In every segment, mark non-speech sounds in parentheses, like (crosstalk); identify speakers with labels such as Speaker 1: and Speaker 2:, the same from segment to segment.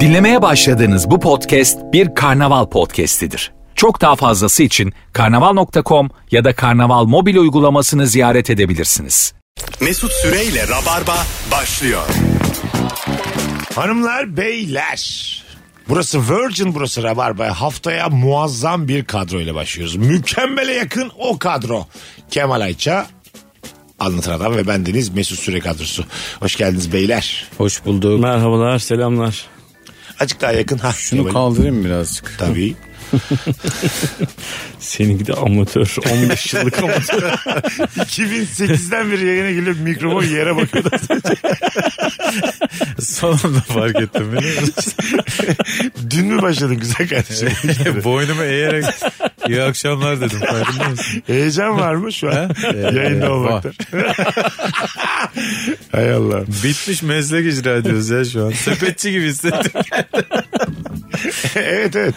Speaker 1: Dinlemeye başladığınız bu podcast bir karnaval podcastidir. Çok daha fazlası için karnaval.com ya da karnaval mobil uygulamasını ziyaret edebilirsiniz.
Speaker 2: Mesut Süreyle Rabarba başlıyor.
Speaker 3: Hanımlar beyler. Burası Virgin burası Rabarba. Haftaya muazzam bir kadroyla başlıyoruz. Mükemmele yakın o kadro. Kemal Ayça, Anlatan Adam ve bendeniz Mesut Süre kadrosu. Hoş geldiniz beyler.
Speaker 4: Hoş bulduk.
Speaker 5: Merhabalar, selamlar.
Speaker 3: Azıcık daha yakın. Ha,
Speaker 4: Şunu
Speaker 3: Kemal'im.
Speaker 4: kaldırayım birazcık.
Speaker 3: Tabii.
Speaker 5: Seninki de amatör. 15 (laughs) yıllık amatör.
Speaker 3: 2008'den beri yayına gelip mikrofon yere bakıyordu.
Speaker 4: (laughs) Sonunda fark ettim. biliyor (laughs) musun?
Speaker 3: Dün mü başladın güzel kardeşim?
Speaker 4: Boynumu eğerek iyi akşamlar dedim. Farkında (laughs) mısın?
Speaker 3: Heyecan var mı şu an?
Speaker 4: Ee,
Speaker 3: Yayında olmakta.
Speaker 4: var.
Speaker 3: Hay Allah.
Speaker 4: Bitmiş meslek icra ediyoruz ya şu an. Sepetçi gibi hissettim.
Speaker 3: (laughs) evet evet.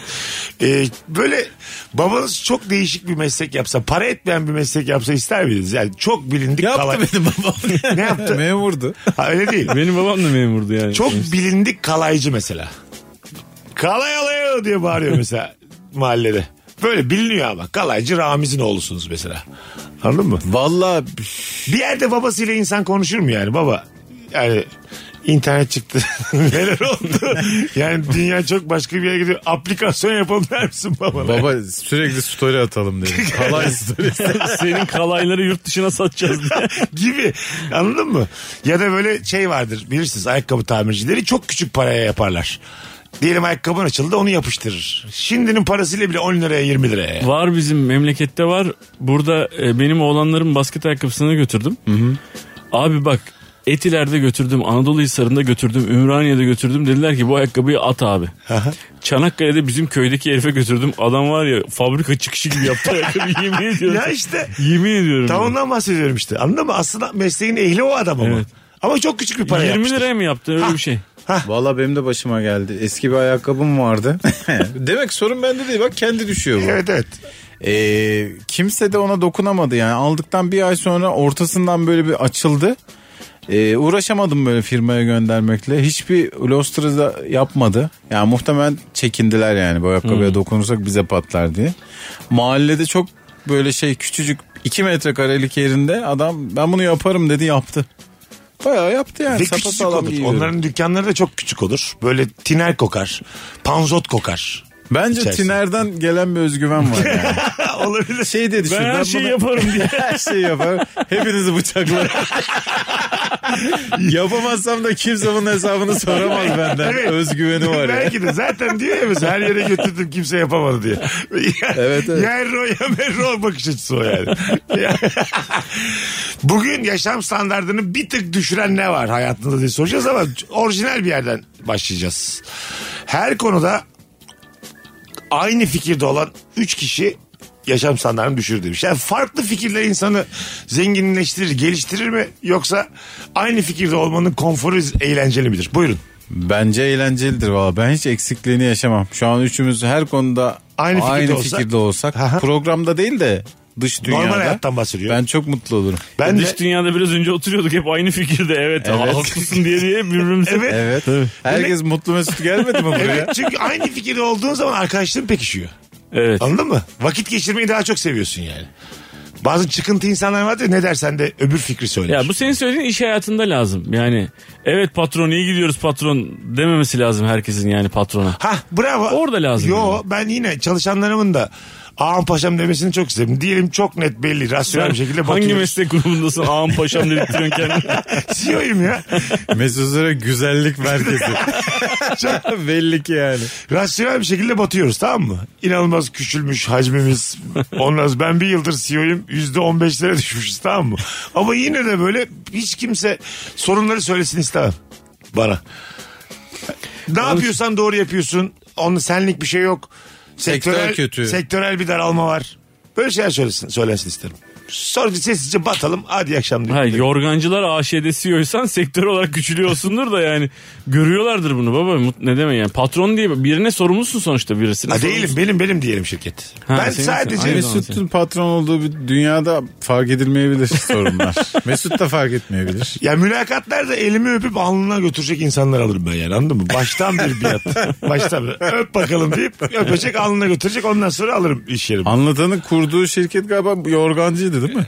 Speaker 3: Ee, böyle babanız çok değişik bir meslek yapsa, para etmeyen bir meslek yapsa ister miydiniz? Yani çok bilindik
Speaker 4: (laughs)
Speaker 3: kalay.
Speaker 4: (laughs) Yaptı benim babam.
Speaker 3: Ne yaptı?
Speaker 4: Memurdu.
Speaker 3: Ha, öyle değil.
Speaker 5: Benim babam da memurdu yani.
Speaker 3: Çok bilindik kalaycı mesela. Kalay alıyor diye bağırıyor mesela mahallede. Böyle biliniyor ama kalaycı Ramiz'in oğlusunuz mesela. Anladın mı?
Speaker 4: Valla
Speaker 3: Bir yerde babasıyla insan konuşur mu yani baba? Yani internet çıktı. (laughs) Neler oldu? Yani dünya çok başka bir yere gidiyor. Aplikasyon yapalım der misin babana?
Speaker 4: (laughs) baba sürekli story atalım (laughs) dedim. Kalay story.
Speaker 3: (laughs)
Speaker 5: Senin kalayları yurt dışına satacağız diye.
Speaker 3: gibi. Anladın mı? Ya da böyle şey vardır bilirsiniz ayakkabı tamircileri çok küçük paraya yaparlar. Diyelim ayakkabın açıldı onu yapıştırır. Şimdinin parasıyla bile 10 liraya 20 liraya.
Speaker 5: Var bizim memlekette var. Burada e, benim oğlanların basket ayakkabısını götürdüm. Abi bak Etiler'de götürdüm, Anadolu Hisarı'nda götürdüm, Ümraniye'de götürdüm. Dediler ki bu ayakkabıyı at abi. Çanakkale'de bizim köydeki herife götürdüm. Adam var ya fabrika çıkışı gibi yaptı ayakkabıyı yemin ediyorum.
Speaker 3: Ya işte
Speaker 5: Yemin ediyorum.
Speaker 3: tam ondan bahsediyorum işte anladın mı? Aslında mesleğin ehli o adam ama.
Speaker 5: Evet.
Speaker 3: Ama çok küçük bir para
Speaker 5: 20
Speaker 3: yapmıştır.
Speaker 5: liraya mı yaptın öyle bir şey?
Speaker 4: Valla benim de başıma geldi. Eski bir ayakkabım vardı. (laughs) Demek sorun bende değil. Bak kendi düşüyor bu. (laughs)
Speaker 3: Evet evet.
Speaker 4: Ee, kimse de ona dokunamadı yani aldıktan bir ay sonra ortasından böyle bir açıldı. Ee, uğraşamadım böyle firmaya göndermekle. Hiçbir Lostra da yapmadı. Yani muhtemelen çekindiler yani bu
Speaker 3: Hmm.
Speaker 4: ayakkabıya dokunursak bize patlar diye. Mahallede çok böyle şey küçücük 2 metrekarelik yerinde adam ben bunu yaparım dedi yaptı. Bayağı yaptı yani.
Speaker 3: Ve küçücük
Speaker 4: sapasağlam
Speaker 3: olur.
Speaker 4: giyiyorum.
Speaker 3: Onların dükkanları da çok küçük olur. Böyle tiner kokar. Panzot kokar.
Speaker 5: (laughs)
Speaker 4: Bence
Speaker 3: içerisinde.
Speaker 4: Tiner'den gelen bir özgüven var yani.
Speaker 3: Olabilir.
Speaker 4: Şey dedi
Speaker 5: Ben her şeyi yaparım
Speaker 4: (laughs)
Speaker 5: diye.
Speaker 4: her şeyi yapar. Hepinizi bıçaklar. (laughs) Yapamazsam da kimse bunun hesabını soramaz benden.
Speaker 3: Evet.
Speaker 4: Özgüveni var ya.
Speaker 3: Belki de zaten diyor ya mesela her yere götürdüm kimse yapamadı diye.
Speaker 4: (laughs) Evet, evet.
Speaker 3: Ya erro ya merro bakış açısı o yani. (laughs) Bugün yaşam standartını bir tık düşüren ne var hayatında diye soracağız ama orijinal bir yerden başlayacağız. Her konuda aynı fikirde olan 3 kişi yaşam standartını düşürür demiş. Yani farklı fikirler insanı zenginleştirir, geliştirir mi? Yoksa aynı fikirde olmanın konforu eğlenceli midir? Buyurun.
Speaker 4: Bence eğlencelidir valla. Ben hiç eksikliğini yaşamam. Şu an üçümüz her konuda
Speaker 3: Aynı
Speaker 4: aynı,
Speaker 3: fikirde
Speaker 4: fikirde,
Speaker 3: olsak-
Speaker 4: olsak.
Speaker 3: Aha.
Speaker 4: programda değil de dış dünyada.
Speaker 3: Normal hayattan bahsediyor.
Speaker 4: Ben çok mutlu olurum.
Speaker 3: Ben de
Speaker 5: E, Dış dünyada biraz önce oturuyorduk hep aynı fikirde. Evet,
Speaker 4: Evet.
Speaker 5: haklısın diye diye birbirimize.
Speaker 3: Evet.
Speaker 4: Evet. Herkes mutlu mesut gelmedi mi buraya?
Speaker 3: Evet, çünkü aynı fikirde olduğun zaman arkadaşlığın pekişiyor.
Speaker 5: Evet.
Speaker 3: Anladın mı? Vakit geçirmeyi daha çok seviyorsun yani. Bazı çıkıntı insanlar vardır ya, ne dersen de öbür fikri söyler.
Speaker 5: Ya bu senin söylediğin iş hayatında lazım. Yani evet patron iyi gidiyoruz patron dememesi lazım herkesin yani patrona.
Speaker 3: Ha bravo.
Speaker 5: Orada lazım
Speaker 3: Yo ben yine çalışanlarımın da ağam paşam demesini çok istedim. Diyelim çok net belli rasyonel
Speaker 5: Sen
Speaker 3: bir şekilde
Speaker 5: hangi
Speaker 3: bakıyorum.
Speaker 5: meslek grubundasın? Ağam paşam
Speaker 3: (laughs)
Speaker 5: dedirtiyorsun kendini.
Speaker 3: CEO'yum E ya. (laughs)
Speaker 4: Mesut Süre güzellik merkezi. Belli ki yani.
Speaker 3: Rasyonel bir şekilde batıyoruz tamam mı? İnanılmaz küçülmüş hacmimiz. Ondan ben bir yıldır CEO'yum. Yüzde on beşlere düşmüşüz tamam mı? Ama yine de böyle hiç kimse sorunları söylesin istemem. Bana. Ne yapıyorsan doğru yapıyorsun. Onun senlik bir şey yok.
Speaker 4: Sektör
Speaker 3: Sektörel,
Speaker 4: kötü.
Speaker 3: Sektörel bir daralma var. Böyle şeyler söylesin, söylensin isterim. Sonra sessizce batalım. Hadi iyi akşamlar.
Speaker 5: Ha, yorgancılar AŞ'de CEO'ysan sektör olarak küçülüyorsundur da yani görüyorlardır bunu baba. Mut- Ne demek yani patron diye birine sorumlusun sonuçta birisine.
Speaker 3: Ha,
Speaker 5: sorumlusun.
Speaker 3: değilim benim benim diyelim şirket.
Speaker 5: Ha,
Speaker 3: ben
Speaker 5: senin-
Speaker 3: sadece
Speaker 5: Aynen.
Speaker 4: Mesut'un patron olduğu bir dünyada fark edilmeyebilir
Speaker 3: (laughs)
Speaker 4: sorunlar. Mesut da fark etmeyebilir.
Speaker 3: ya mülakatlarda elimi öpüp alnına götürecek insanlar alırım ben yani anladın mı? Baştan bir
Speaker 4: (laughs)
Speaker 3: biat. Baştan bir öp bakalım deyip öpecek alnına götürecek ondan sonra alırım iş yerimi.
Speaker 4: Anlatanın kurduğu şirket galiba yorgancıydı değil
Speaker 3: (laughs)
Speaker 4: mi?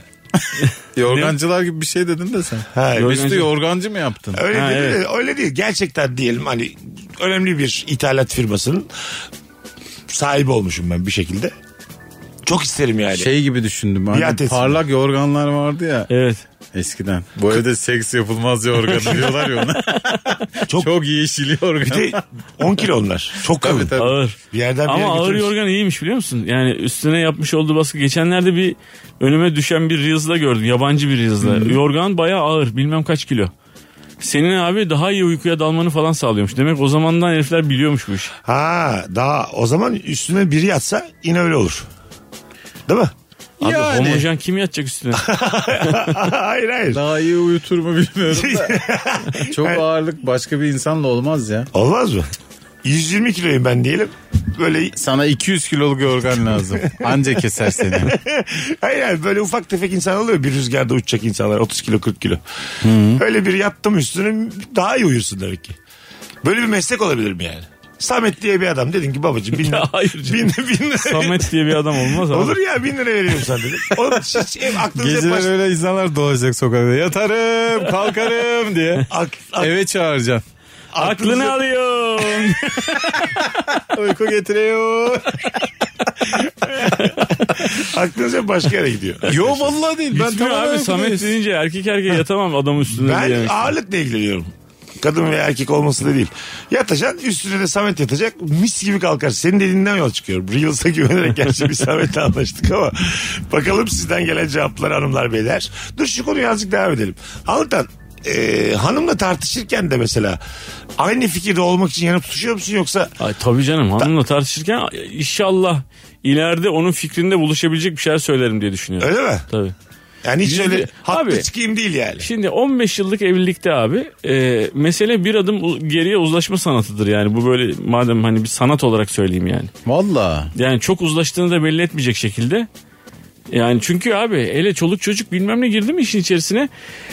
Speaker 4: Yorgancılar gibi bir şey dedin de sen.
Speaker 3: Ha,
Speaker 4: Mesut'u
Speaker 5: yorgancı.
Speaker 4: yorgancı mı yaptın?
Speaker 3: Öyle
Speaker 5: Ha,
Speaker 3: değil,
Speaker 5: evet.
Speaker 3: öyle değil. Gerçekten diyelim hani önemli bir ithalat firmasının sahibi olmuşum ben bir şekilde. Çok isterim yani.
Speaker 4: Şey gibi düşündüm. Hani
Speaker 3: Biat etsin.
Speaker 4: parlak yorganlar vardı ya
Speaker 5: Evet.
Speaker 4: eskiden. Bu evde seks
Speaker 3: (laughs)
Speaker 4: yapılmaz yorganı diyorlar ya ona.
Speaker 3: Çok-
Speaker 4: Çok, yeşil yorgan.
Speaker 3: Bir de 10 kilo onlar. Çok
Speaker 4: Tabii,
Speaker 3: kalın.
Speaker 4: tabii.
Speaker 5: Ağır.
Speaker 3: Bir yerden bir
Speaker 5: Ama
Speaker 3: yere
Speaker 5: ağır
Speaker 3: götürürüz.
Speaker 5: yorgan iyiymiş biliyor musun? Yani üstüne yapmış olduğu baskı. Geçenlerde bir önüme düşen bir Reels'da gördüm. Yabancı bir Reels'da. Yorgan bayağı ağır. Bilmem kaç kilo. Senin abi daha iyi uykuya dalmanı falan sağlıyormuş. Demek o zamandan herifler biliyormuş bu işi.
Speaker 3: Ha daha o zaman üstüne biri yatsa yine öyle olur. Değil mi? (laughs)
Speaker 5: Abi
Speaker 4: Yani.
Speaker 5: homojen kim yatacak üstüne?
Speaker 3: hayır hayır.
Speaker 4: Daha iyi uyutur mu bilmiyorum da.
Speaker 3: (laughs)
Speaker 4: Çok ağırlık başka bir insanla olmaz ya.
Speaker 3: Olmaz mı? 120 kiloyum ben diyelim. Böyle
Speaker 4: Sana 200 kiloluk yorgan lazım. Anca keser seni.
Speaker 3: hayır hayır böyle ufak tefek insan oluyor bir rüzgarda uçacak insanlar 30 kilo 40 kilo. Öyle bir yattım üstüne daha iyi uyursun demek ki. Böyle bir meslek olabilir mi yani? Samet diye bir adam dedin ki babacığım
Speaker 5: (laughs)
Speaker 3: bin,
Speaker 5: Ya hayır
Speaker 3: bin,
Speaker 5: canım.
Speaker 3: bin lira.
Speaker 5: Samet diye bir adam olmaz ama.
Speaker 3: Olur ya bin lira veriyorum sana dedim. Oğlum hiç, hep aklınız hep
Speaker 4: Geceler
Speaker 3: baş...
Speaker 4: öyle insanlar dolaşacak sokakta. Yatarım,
Speaker 3: (laughs)
Speaker 4: kalkarım diye.
Speaker 3: Ak, ak-
Speaker 4: Eve çağıracaksın.
Speaker 3: aklınız- (laughs)
Speaker 5: Aklını alıyorsun.
Speaker 4: Uyku getiriyor.
Speaker 3: aklınız hep başka yere gidiyor.
Speaker 4: Yo vallahi değil. Ben
Speaker 5: Bitmiyor
Speaker 4: tamamen
Speaker 5: abi
Speaker 4: uyku
Speaker 5: Samet
Speaker 4: değil.
Speaker 5: deyince erkek erkeğe yatamam adamın üstüne.
Speaker 3: Ben
Speaker 5: diyemiş.
Speaker 3: ağırlıkla ilgileniyorum. Kadın veya erkek olması da değil. Yatacaksın üstüne de Samet yatacak. Mis gibi kalkar. Senin dediğinden yola çıkıyorum. Reels'a (laughs) güvenerek gerçi bir Samet'le anlaştık ama. Bakalım sizden gelen cevaplar hanımlar beyler. Dur şu konuyu azıcık devam edelim. Altan e, hanımla tartışırken de mesela aynı fikirde olmak için yanıp tutuşuyor musun yoksa
Speaker 5: Ay, tabii canım hanımla tartışırken inşallah ileride onun fikrinde buluşabilecek bir şeyler söylerim diye düşünüyorum.
Speaker 3: öyle mi?
Speaker 5: Tabii.
Speaker 3: Yani hiç
Speaker 5: Yüzde-
Speaker 3: öyle haklı
Speaker 5: Abi-
Speaker 3: çıkayım değil yani.
Speaker 5: Şimdi 15 yıllık evlilikte abi e, mesele bir adım u- geriye uzlaşma sanatıdır yani. Bu böyle madem hani bir sanat olarak söyleyeyim yani.
Speaker 4: Valla.
Speaker 5: Yani çok uzlaştığını da belli etmeyecek şekilde. Yani çünkü abi hele çoluk çocuk bilmem ne girdi mi işin içerisine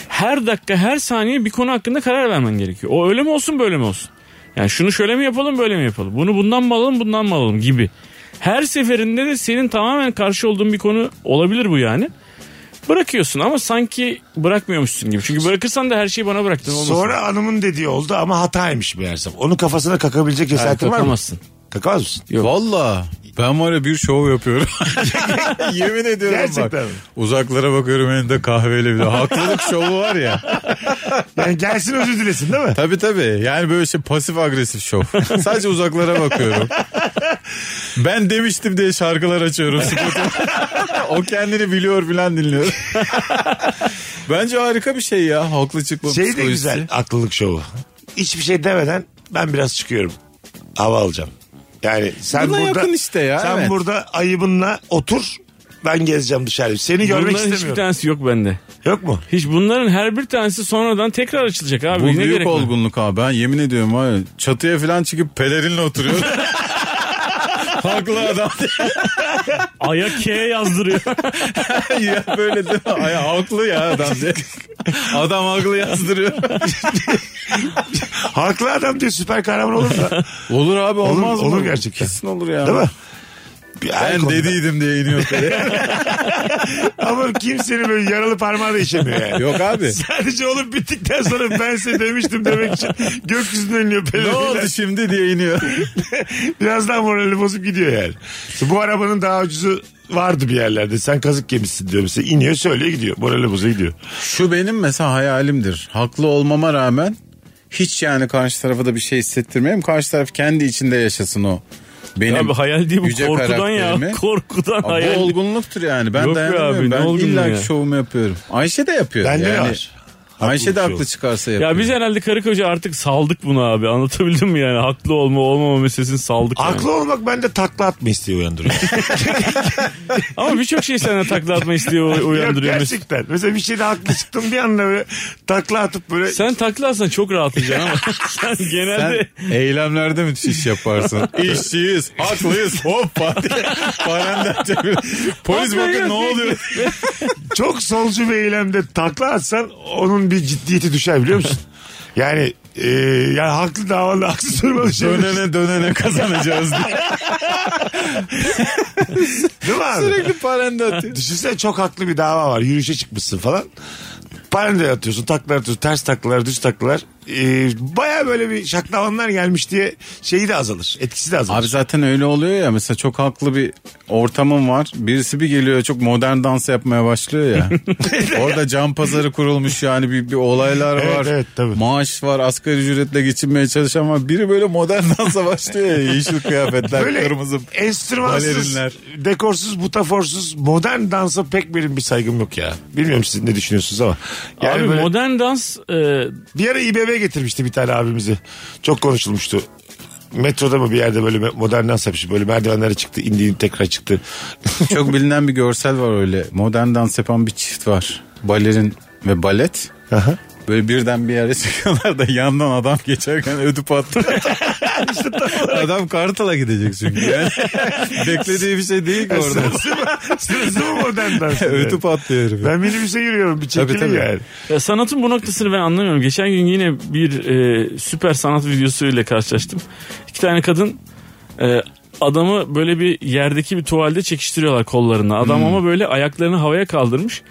Speaker 5: her dakika her saniye bir konu hakkında karar vermen gerekiyor. O öyle mi olsun böyle mi olsun? Yani şunu şöyle mi yapalım böyle mi yapalım? Bunu bundan mı alalım bundan mı alalım gibi. Her seferinde de senin tamamen karşı olduğun bir konu olabilir bu yani. Bırakıyorsun ama sanki bırakmıyormuşsun gibi. Çünkü bırakırsan da her şeyi bana bıraktın olmasın.
Speaker 3: Sonra hanımın dediği oldu ama hataymış meğersem. Onun kafasına kakabilecek cesaretin var mı?
Speaker 5: Kalkamazsın.
Speaker 3: Kakamaz mısın?
Speaker 4: Valla. Ben var ya bir şov yapıyorum. Yemin ediyorum
Speaker 3: Gerçekten mi?
Speaker 4: bak. Uzaklara bakıyorum elinde kahveyle bir de. Haklılık şovu var ya.
Speaker 3: Yani gelsin özür dilesin değil mi?
Speaker 4: Tabii tabii. Yani böyle şey pasif agresif (laughs) şov. Sadece uzaklara bakıyorum. Ben demiştim diye şarkılar açıyorum. (laughs) Spotify. o kendini biliyor filan dinliyor. (laughs) Bence harika bir şey ya. Haklı çıkma
Speaker 3: Şey de
Speaker 4: psikolojisi.
Speaker 3: güzel aklılık şovu. Hiçbir şey demeden ben biraz çıkıyorum. Hava alacağım. Yani sen
Speaker 4: Buna
Speaker 3: burada
Speaker 4: yakın işte ya,
Speaker 3: Sen
Speaker 4: evet.
Speaker 3: burada ayıbınla otur. Ben gezeceğim dışarı. Seni görmek
Speaker 5: Bunların hiçbir
Speaker 3: istemiyorum.
Speaker 5: tanesi yok bende.
Speaker 3: Yok mu?
Speaker 5: Hiç bunların her bir tanesi sonradan tekrar açılacak abi.
Speaker 4: Bu
Speaker 5: Ne
Speaker 4: büyük
Speaker 5: gerek var?
Speaker 4: olgunluk abi. Ben yemin ediyorum var ya, çatıya falan çıkıp pelerinle (laughs) oturuyor. Haklı adam.
Speaker 5: Aya K yazdırıyor.
Speaker 4: ya böyle değil mi? Ay, haklı ya adam (laughs) diye. Adam haklı yazdırıyor.
Speaker 3: Haklı adam diye süper kahraman olur da.
Speaker 4: Olur abi
Speaker 3: Olur-
Speaker 4: olmaz mı?
Speaker 3: olur gerçekten.
Speaker 4: Kesin olur ya.
Speaker 3: Değil mi? Bir her
Speaker 4: (laughs) Ben
Speaker 3: konuda.
Speaker 4: dediydim diye iniyor pelere.
Speaker 3: (laughs) Ama kimsenin böyle yaralı parmağı da işemiyor yani.
Speaker 4: Yok
Speaker 3: (laughs)
Speaker 4: abi.
Speaker 3: Sadece olup bittikten (laughs) sonra ben size demiştim demek için gökyüzünden iniyor
Speaker 4: ne
Speaker 3: pelerinler.
Speaker 4: oldu şimdi diye iniyor.
Speaker 3: (laughs) Biraz daha morali bozup gidiyor yani. İşte bu arabanın daha ucuzu vardı bir yerlerde. Sen kazık yemişsin diyor mesela. İniyor söylüyor gidiyor. Morali bozuyor gidiyor.
Speaker 4: Şu benim mesela hayalimdir. Haklı olmama rağmen hiç yani karşı tarafa da bir şey hissettirmeyeyim. Karşı taraf kendi içinde yaşasın o. Benim
Speaker 5: abi hayal değil bu
Speaker 4: yüce
Speaker 5: korkudan ya.
Speaker 4: karakterimi.
Speaker 5: (laughs) Korkudan
Speaker 4: Aa,
Speaker 5: hayal.
Speaker 4: Bu olgunluktur yani. Ben
Speaker 5: Yok be
Speaker 4: dayanamıyorum.
Speaker 5: abi, ne
Speaker 4: ben
Speaker 5: olgunluğu
Speaker 4: illa
Speaker 5: ya?
Speaker 4: ki şovumu yapıyorum. Ayşe de yapıyor.
Speaker 3: Bende
Speaker 4: yani,
Speaker 3: var.
Speaker 4: Ayşe de
Speaker 3: şu.
Speaker 4: haklı çıkarsa yapıyor.
Speaker 5: Ya biz herhalde karı koca artık saldık bunu abi. Anlatabildim mi yani? Haklı olma olmama meselesini saldık. yani.
Speaker 3: Haklı olmak bende takla atma isteği uyandırıyor.
Speaker 5: Ama birçok şey senden takla atma isteği uy- uyandırıyor.
Speaker 3: Ya
Speaker 5: Mesut.
Speaker 3: gerçekten. Mesela bir şeyde haklı çıktım bir anda böyle takla atıp böyle
Speaker 5: Sen takla atsan çok rahatlayacaksın ama (laughs) sen
Speaker 4: Sen
Speaker 5: genelde
Speaker 4: eylemlerde müthiş
Speaker 3: (laughs)
Speaker 4: iş yaparsın. İşçiyiz, haklıyız, hoppa. Parenden çevir. Polis bakın ne oluyor?
Speaker 3: çok solcu bir eylemde takla atsan onun bir ciddiyeti düşer biliyor musun? Yani e, yani haklı davalı haksız durmalı şey.
Speaker 4: Dönene dönene kazanacağız diye.
Speaker 3: Değil mi abi?
Speaker 4: Sürekli parende atıyor.
Speaker 3: Düşünsene çok haklı bir dava var. Yürüyüşe çıkmışsın falan. Parende atıyorsun, taklalar atıyorsun, ters taklalar, düz taklalar. Ee, Baya böyle bir şaklavanlar gelmiş diye şeyi de azalır. Etkisi de azalır.
Speaker 4: Abi zaten öyle oluyor ya mesela çok haklı bir ortamım var. Birisi bir geliyor çok modern dans yapmaya
Speaker 3: (laughs)
Speaker 4: başlıyor ya. Orada can pazarı kurulmuş yani bir, bir olaylar
Speaker 3: Evet,
Speaker 4: var.
Speaker 3: evet, tabii.
Speaker 4: Maaş var asgari ücretle geçinmeye çalışan var. Biri böyle modern dansa başlıyor ya yeşil kıyafetler
Speaker 3: Böyle
Speaker 4: kırmızı.
Speaker 3: enstrümansız,
Speaker 4: balerinler.
Speaker 3: dekorsuz, butaforsuz, modern dansa pek benim bir saygım yok ya. Bilmiyorum siz ne düşünüyorsunuz ama. Yani
Speaker 5: abi
Speaker 3: böyle-
Speaker 5: modern dans e,
Speaker 3: Bir ara İBB getirmişti bir tane abimizi. Çok konuşulmuştu. Metroda mı bir yerde böyle modern dans yapmış. Böyle merdivenlere çıktı, indi indi tekrar çıktı. (laughs)
Speaker 4: Çok bilinen bir görsel var öyle. Modern dans yapan bir çift var. Balerin ve balet.
Speaker 3: Aha.
Speaker 4: Böyle birden bir yere çıkıyorlar da yandan adam geçerken ödü patlıyor. adam Kartal'a gidecek çünkü. Yani beklediği bir şey değil ki orada.
Speaker 3: Sırası mı, sırası mı modern
Speaker 4: (laughs)
Speaker 3: dans?
Speaker 4: ödü patlıyor herif.
Speaker 3: Ben minibüse yürüyorum bir çekilin
Speaker 4: Tabii, tabii.
Speaker 3: yani.
Speaker 5: Ya sanatın bu noktasını ben anlamıyorum. Geçen gün yine bir e, süper sanat videosu ile karşılaştım. İki tane kadın e, adamı böyle bir yerdeki bir tuvalde çekiştiriyorlar kollarını.
Speaker 4: Hmm.
Speaker 5: Adam ama böyle ayaklarını havaya kaldırmış.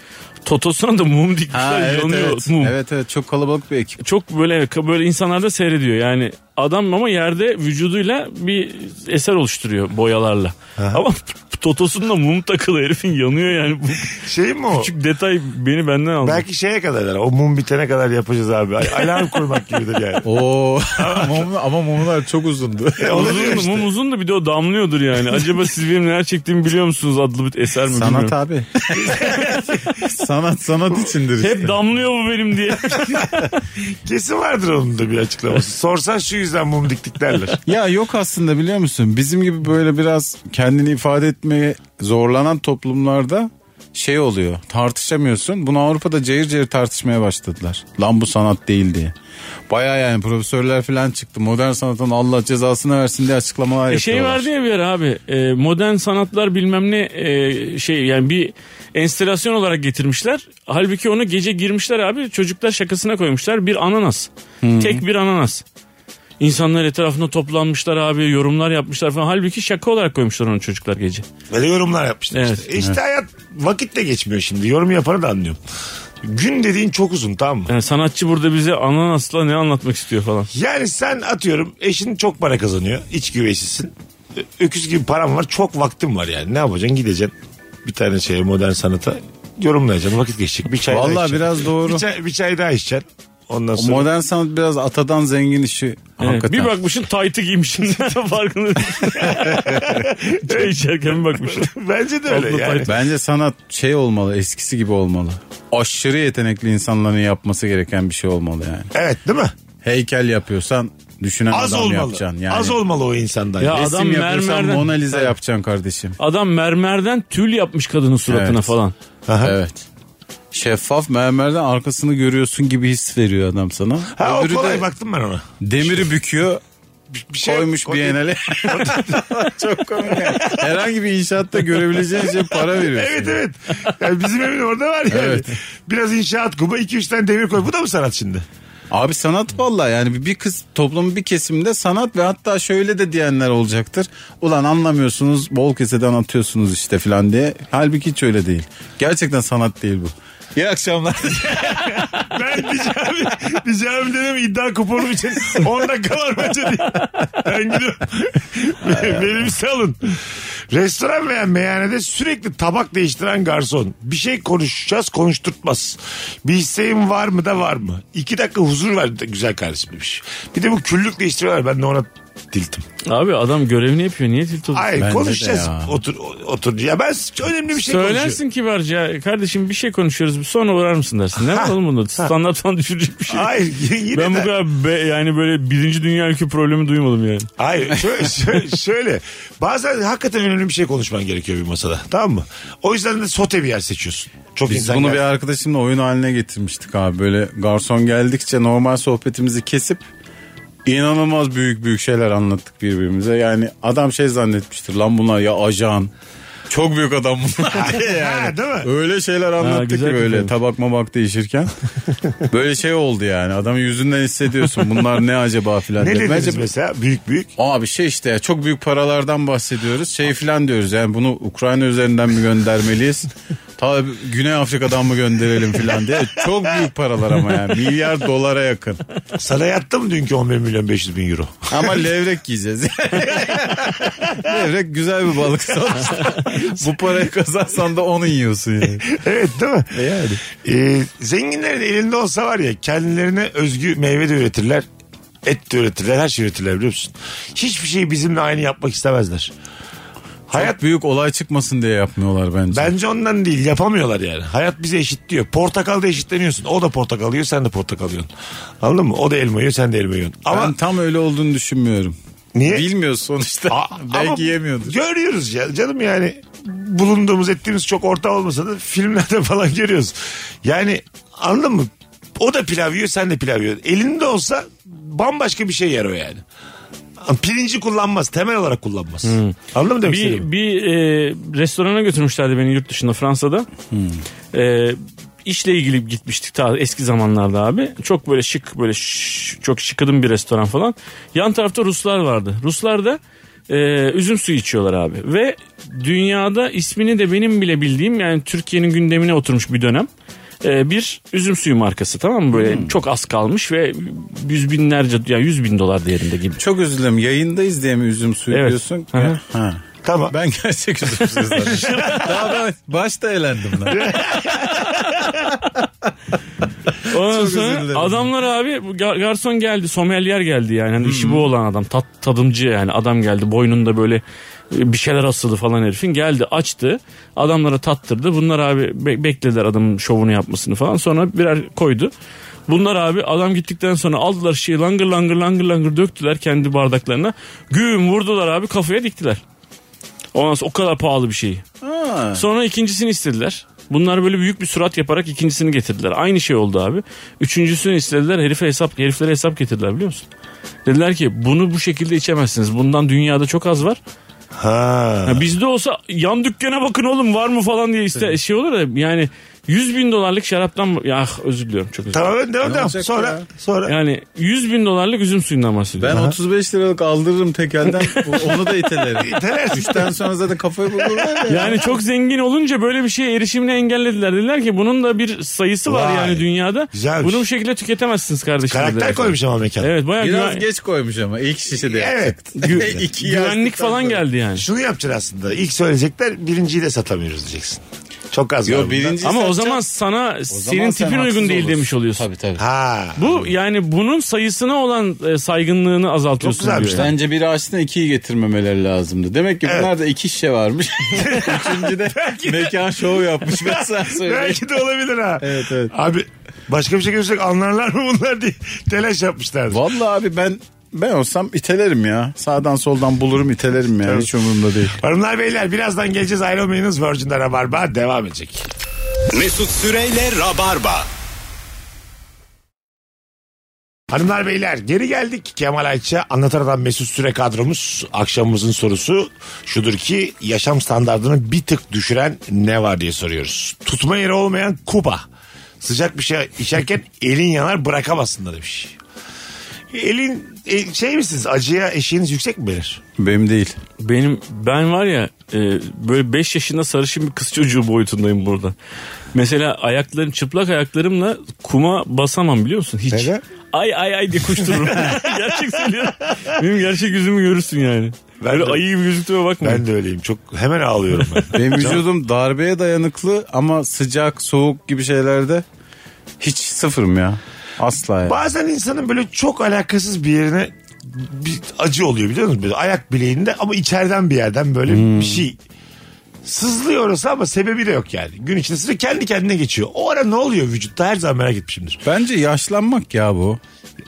Speaker 5: Totosuna da mum dikmişler
Speaker 4: Ha, evet,
Speaker 5: şey yanıyor
Speaker 4: evet.
Speaker 5: mum.
Speaker 4: evet evet çok kalabalık bir ekip.
Speaker 5: Çok böyle böyle insanlar da seyrediyor yani adam ama yerde vücuduyla bir eser oluşturuyor boyalarla. Ama (laughs) totosunda mum takılı herifin
Speaker 4: (laughs)
Speaker 5: yanıyor yani. Bu
Speaker 3: Şey mi o?
Speaker 5: küçük detay beni benden aldı.
Speaker 3: Belki şeye kadarlar. O mum bitene kadar yapacağız abi. Ay- Alarm kurmak gibidir yani.
Speaker 4: Oo. Mumlu- ama mumlar çok uzundu.
Speaker 3: O da diyor
Speaker 5: Uzundu,
Speaker 3: işte.
Speaker 5: mum uzundu bir de o damlıyordur yani. Acaba siz benim neler çektiğimi biliyor musunuz adlı bir eser mi
Speaker 4: sanat
Speaker 5: bilmiyorum.
Speaker 4: abi. sanat sanat içindir. işte.
Speaker 5: Hep damlıyor bu benim diye.
Speaker 3: Kesin vardır onun da bir açıklaması. Sorsan şu yüzden mum diktik derler.
Speaker 4: Ya yok aslında biliyor musun? Bizim gibi böyle biraz kendini ifade etmeye zorlanan toplumlarda şey oluyor. Tartışamıyorsun. Bunu Avrupa'da cayır cayır tartışmaya başladılar. Lan bu sanat değil diye. Baya yani profesörler falan çıktı. Modern sanatın Allah cezasını versin diye açıklamalar
Speaker 5: E
Speaker 4: yapıyorlar.
Speaker 5: şey vardı ya bir ara abi e, modern sanatlar bilmem ne e, şey yani bir enstelasyon olarak getirmişler. Halbuki onu gece girmişler abi çocuklar şakasına koymuşlar bir ananas. Tek bir ananas. İnsanlar etrafında toplanmışlar abi yorumlar yapmışlar falan. Halbuki şaka olarak koymuşlar onu çocuklar gece.
Speaker 3: Böyle yorumlar yapmışlar
Speaker 5: Evet.
Speaker 3: işte. E işte hayat vakit de geçmiyor şimdi. Yorum yapanı da anlıyorum. Gün dediğin çok uzun tamam mı?
Speaker 5: Yani sanatçı burada bize ananasla ne anlatmak istiyor falan.
Speaker 3: Yani sen atıyorum eşin çok para kazanıyor. İç güveysisin. Ö- Öküz gibi param var. Çok vaktim var yani. Ne yapacaksın? Gideceksin bir tane şeye modern sanata yorumlayacaksın. Vakit geçecek. Bir çay daha
Speaker 4: Vallahi
Speaker 3: içeceksin.
Speaker 4: biraz doğru.
Speaker 3: Bir çay, bir çay daha içeceksin. Ondan
Speaker 4: O
Speaker 3: sonra
Speaker 4: modern sanat biraz atadan zengin işi.
Speaker 5: Evet,
Speaker 4: Hakikaten.
Speaker 5: bir bakmışsın
Speaker 3: (laughs)
Speaker 5: taytı giymişsin. Farkında değilsin. Çay içerken bir bakmışsın.
Speaker 3: (laughs) bence de öyle
Speaker 5: Altına
Speaker 3: yani.
Speaker 4: Bence sanat şey olmalı eskisi gibi olmalı. Aşırı yetenekli insanların yapması gereken bir şey olmalı yani.
Speaker 3: Evet değil mi?
Speaker 4: Heykel yapıyorsan düşünen
Speaker 3: Az
Speaker 4: adam
Speaker 3: olmalı.
Speaker 4: yapacaksın. Yani.
Speaker 3: Az olmalı o insandan.
Speaker 5: Ya
Speaker 3: Yani.
Speaker 4: Resim
Speaker 5: Adam
Speaker 4: yapıyorsan
Speaker 5: mermerden-
Speaker 4: Mona Lisa yapacaksın kardeşim.
Speaker 5: Adam mermerden tül yapmış kadının suratına
Speaker 4: Evet.
Speaker 5: falan.
Speaker 3: Aha.
Speaker 4: Evet. Şeffaf mermerden arkasını görüyorsun gibi his veriyor adam sana.
Speaker 3: Ha, o
Speaker 4: Öbürü
Speaker 3: kolay
Speaker 4: de
Speaker 3: baktım ben ona.
Speaker 4: demiri büküyor.
Speaker 3: Bir (laughs) şey
Speaker 4: koymuş
Speaker 3: koy- (laughs)
Speaker 4: Biennale. Çok komik. yani. Herhangi bir inşaatta görebileceğin şey para veriyorsun.
Speaker 3: Evet evet. Yani bizim evin orada var yani.
Speaker 4: Evet.
Speaker 3: Biraz inşaat kuba iki üç tane demir koy. Bu da mı sanat şimdi?
Speaker 4: Abi sanat valla yani bir kız toplumun bir kesimde sanat ve hatta şöyle de diyenler olacaktır. Ulan anlamıyorsunuz bol keseden atıyorsunuz işte filan diye. Halbuki hiç öyle değil. Gerçekten sanat değil bu. İyi akşamlar.
Speaker 3: Ben diyeceğim, diyeceğim dedim iddia kuponum için 10 dakika var bence diye. Ben gidiyorum. Beni bir salın. Restoran veya meyhanede sürekli tabak değiştiren garson. Bir şey konuşacağız konuşturtmaz. Bir isteğin var mı da var mı? İki dakika huzur ver de güzel kardeşim demiş. Bir de bu küllük değiştiriyorlar. Ben de ona
Speaker 4: Diltim.
Speaker 5: Abi adam görevini yapıyor. Niye tilt oluyorsun?
Speaker 3: Hayır
Speaker 4: Bence de
Speaker 3: konuşacağız.
Speaker 4: ya.
Speaker 3: Otur, otur. Ya ben s- önemli bir şey konuşuyorum.
Speaker 5: Söylersin kibarca kardeşim bir şey konuşuyoruz sonra uğrar mısın dersin. Ne var oğlum bunda? Standart falan düşürecek bir şey.
Speaker 3: Hayır (laughs) yine
Speaker 5: ben bu
Speaker 3: de-
Speaker 5: kadar be- yani böyle birinci dünya ülke problemi duymadım yani.
Speaker 3: Hayır şöyle, şöyle, şöyle. Bazen hakikaten önemli bir şey konuşman gerekiyor bir masada. Tamam mı? O yüzden de sote bir yer seçiyorsun. Çok
Speaker 4: Biz
Speaker 3: insan
Speaker 4: bunu bir (laughs)
Speaker 3: gelsin.
Speaker 4: arkadaşımla oyun haline getirmiştik abi. Böyle garson geldikçe normal sohbetimizi kesip inanılmaz büyük büyük şeyler anlattık birbirimize. Yani adam şey zannetmiştir lan bunlar ya ajan. Çok büyük adam bunlar.
Speaker 3: Ha, değil mi?
Speaker 4: Öyle şeyler anlattık ki
Speaker 5: güzel
Speaker 4: böyle
Speaker 5: kafaymış.
Speaker 4: tabak mabak değişirken. böyle şey oldu yani adamın yüzünden hissediyorsun bunlar ne acaba filan.
Speaker 3: Ne
Speaker 4: diye.
Speaker 3: dediniz
Speaker 4: Acaba-
Speaker 3: mesela? Büyük büyük.
Speaker 4: Abi şey işte ya, çok büyük paralardan bahsediyoruz. Şey filan diyoruz yani bunu Ukrayna üzerinden
Speaker 3: (laughs)
Speaker 4: mi göndermeliyiz? Ta Güney Afrika'dan mı gönderelim filan diye. Çok büyük paralar ama yani. Milyar dolara yakın.
Speaker 3: Sana yattım dünkü 11 milyon 500 bin euro.
Speaker 4: Ama levrek yiyeceğiz. (laughs) levrek güzel bir balık sonuçta. Bu parayı kazansan da onu yiyorsun yani.
Speaker 3: evet değil mi?
Speaker 4: E yani.
Speaker 3: Ee, zenginlerin elinde olsa var ya kendilerine özgü meyve de üretirler. Et de üretirler. Her şey üretirler biliyor musun? Hiçbir şeyi bizimle aynı yapmak istemezler. Hayat
Speaker 4: Hayat büyük olay çıkmasın diye yapmıyorlar bence.
Speaker 3: Bence ondan değil yapamıyorlar yani. Hayat bizi eşitliyor. Portakalda eşitleniyorsun. O da portakal yiyor sen de portakal yiyorsun. Anladın mı? O da elma yiyor sen de elma yiyorsun. Ama
Speaker 4: ben tam öyle olduğunu düşünmüyorum.
Speaker 3: niye? (laughs)
Speaker 4: Bilmiyoruz sonuçta.
Speaker 3: A-
Speaker 4: Belki
Speaker 3: ama
Speaker 4: yemiyordur.
Speaker 3: Görüyoruz ya canım yani bulunduğumuz ettiğimiz çok orta olmasa da filmlerde (laughs) falan görüyoruz. Yani anladın mı? O da pilav yiyor sen de pilav yiyorsun. Elinde olsa bambaşka bir şey yer o yani. Pirinci kullanmaz. Temel olarak kullanmaz.
Speaker 4: Hmm.
Speaker 3: Anladın mı demek istediğimi?
Speaker 5: Bir, bir e, restorana götürmüşlerdi beni yurt dışında Fransa'da. E, işle ilgili gitmiştik ta eski zamanlarda abi. Çok böyle şık böyle şş- çok şıkıdım bir restoran falan. Yan tarafta Ruslar vardı. Ruslar da e, üzüm suyu içiyorlar abi. Ve dünyada ismini de benim bile bildiğim yani Türkiye'nin gündemine oturmuş bir dönem. E, bir üzüm suyu markası tamam mı böyle çok az kalmış ve yüz binlerce ya yüz bin dolar değerinde gibi.
Speaker 4: Çok özür dilerim. Yayındayız diye mi üzüm suyu
Speaker 5: Evet.
Speaker 4: diyorsun?
Speaker 5: Hı hı.
Speaker 4: Ha.
Speaker 3: Tamam.
Speaker 4: Ben gerçek üzüm suyu zannettim.
Speaker 5: (laughs)
Speaker 4: Daha ben başta eğlendim lan.
Speaker 5: Ondan
Speaker 4: Çok
Speaker 5: sonra
Speaker 4: özür dilerim.
Speaker 5: adamlar abi bu gar- garson geldi sommelier geldi yani hani
Speaker 4: Hmm.
Speaker 5: işi bu olan adam tat, tadımcı yani adam geldi boynunda böyle e, bir şeyler asılı falan herifin geldi açtı adamlara tattırdı bunlar abi be- beklediler adamın şovunu yapmasını falan sonra birer koydu. Bunlar abi adam gittikten sonra aldılar şeyi langır langır langır langır döktüler kendi bardaklarına. Güm vurdular abi kafaya diktiler. Ondan sonra o kadar pahalı bir şey. şeyi.
Speaker 4: Ha.
Speaker 5: Sonra ikincisini istediler. Bunlar böyle büyük bir surat yaparak ikincisini getirdiler. Aynı şey oldu abi. Üçüncüsünü istediler. Herife hesap, heriflere hesap getirdiler biliyor musun? Dediler ki bunu bu şekilde içemezsiniz. Bundan dünyada çok az var.
Speaker 3: Ha.
Speaker 5: Ha, bizde olsa yan dükkana bakın oğlum var mı falan diye iste şey olur da yani 100 bin dolarlık şaraptan ya ah, özür diliyorum çok özür
Speaker 3: Tamam devam devam.
Speaker 4: olacak
Speaker 3: Sonra
Speaker 4: ya?
Speaker 3: sonra.
Speaker 5: Yani 100 bin dolarlık üzüm suyundan
Speaker 4: Ben
Speaker 5: bahsediyorum.
Speaker 4: 35 liralık aldırırım tekelden. O- Onu da itelerim.
Speaker 3: İtelersin.
Speaker 4: Üçten sonra zaten kafayı
Speaker 5: (laughs)
Speaker 4: bulurlar ya.
Speaker 5: Yani çok zengin olunca böyle bir şeye erişimini engellediler. Dediler ki bunun da bir sayısı var
Speaker 3: Vay.
Speaker 5: yani dünyada.
Speaker 3: Güzelmiş.
Speaker 5: Bunu bu şekilde tüketemezsiniz kardeşim.
Speaker 3: Karakter
Speaker 5: dediler.
Speaker 3: koymuş ama mekana.
Speaker 5: Evet bayağı
Speaker 4: Biraz
Speaker 5: güven-
Speaker 4: geç koymuş ama ilk şişede.
Speaker 3: Evet.
Speaker 4: Gü- (laughs) İki
Speaker 5: güvenlik
Speaker 4: yaşlıktan
Speaker 5: falan
Speaker 4: sonra.
Speaker 5: geldi yani.
Speaker 3: Şunu yapacaksın aslında. İlk söyleyecekler birinciyi de satamıyoruz diyeceksin. Çok az
Speaker 4: Yo
Speaker 3: var bunda.
Speaker 4: birinci
Speaker 5: Ama o
Speaker 4: satacağım.
Speaker 5: zaman sana
Speaker 4: O zaman
Speaker 5: senin
Speaker 4: sen
Speaker 5: tipin
Speaker 4: haksız
Speaker 5: uygun değil
Speaker 4: olursun.
Speaker 5: demiş oluyorsun.
Speaker 4: Tabii tabii.
Speaker 3: Ha.
Speaker 5: Bu yani bunun sayısına olan e, saygınlığını azaltıyorsun.
Speaker 3: Çok güzelmiş
Speaker 5: diyor.
Speaker 3: lan.
Speaker 4: Bence biri açtığında ikiyi getirmemeleri lazımdı. Demek ki bunlar da iki şişe
Speaker 5: (laughs)
Speaker 4: varmış. Üçüncü de mekan şov (laughs) yapmış. Ben sana söyleyeyim.
Speaker 3: Belki de olabilir ha.
Speaker 4: Evet, evet.
Speaker 3: Abi başka bir şey görürsek anlarlar mı bunlar diye telaş yapmışlardı.
Speaker 4: Vallahi abi ben ben olsam itelerim ya. Sağdan soldan bulurum itelerim ya. Hiç umurumda değil.
Speaker 3: Hanımlar beyler birazdan geleceğiz ayrılmayınız Virgin'de Rabarba devam edecek.
Speaker 2: Mesut Süreyle Rabarba.
Speaker 3: Hanımlar beyler geri geldik Kemal Ayça anlatan adam Mesut Süre kadromuz akşamımızın sorusu şudur ki yaşam standartını bir tık düşüren ne var diye soruyoruz. Tutma yeri olmayan kupa sıcak bir şey
Speaker 4: (laughs)
Speaker 3: içerken elin yanar bırakamazsın da demiş. Elin e, şey misiniz acıya eşiğiniz yüksek mi belir?
Speaker 4: Benim değil.
Speaker 5: Benim ben var ya e, böyle 5 yaşında sarışın bir kız çocuğu boyutundayım burada. Mesela ayaklarım çıplak ayaklarımla kuma basamam biliyor musun hiç.
Speaker 3: Neden?
Speaker 5: Ay ay ay diye
Speaker 4: (laughs)
Speaker 5: koştururum. gerçek söylüyorum. Benim gerçek yüzümü görürsün yani.
Speaker 3: Ben
Speaker 5: böyle
Speaker 3: de-
Speaker 5: ayı gibi gözüktüğüme bakma.
Speaker 3: Ben de öyleyim çok hemen ağlıyorum
Speaker 5: (laughs)
Speaker 3: ben.
Speaker 4: Benim vücudum darbeye dayanıklı ama sıcak, soğuk gibi şeylerde hiç sıfırım ya. Asla ya.
Speaker 3: Bazen insanın böyle çok alakasız bir yerine bir acı oluyor biliyor musun? Böyle ayak bileğinde ama içeriden bir yerden böyle
Speaker 5: Hmm.
Speaker 3: bir şey sızlıyor orası ama sebebi de yok yani. Gün içinde sızlıyor kendi kendine geçiyor. O ara ne oluyor vücutta her zaman merak etmişimdir.
Speaker 4: Bence yaşlanmak ya bu.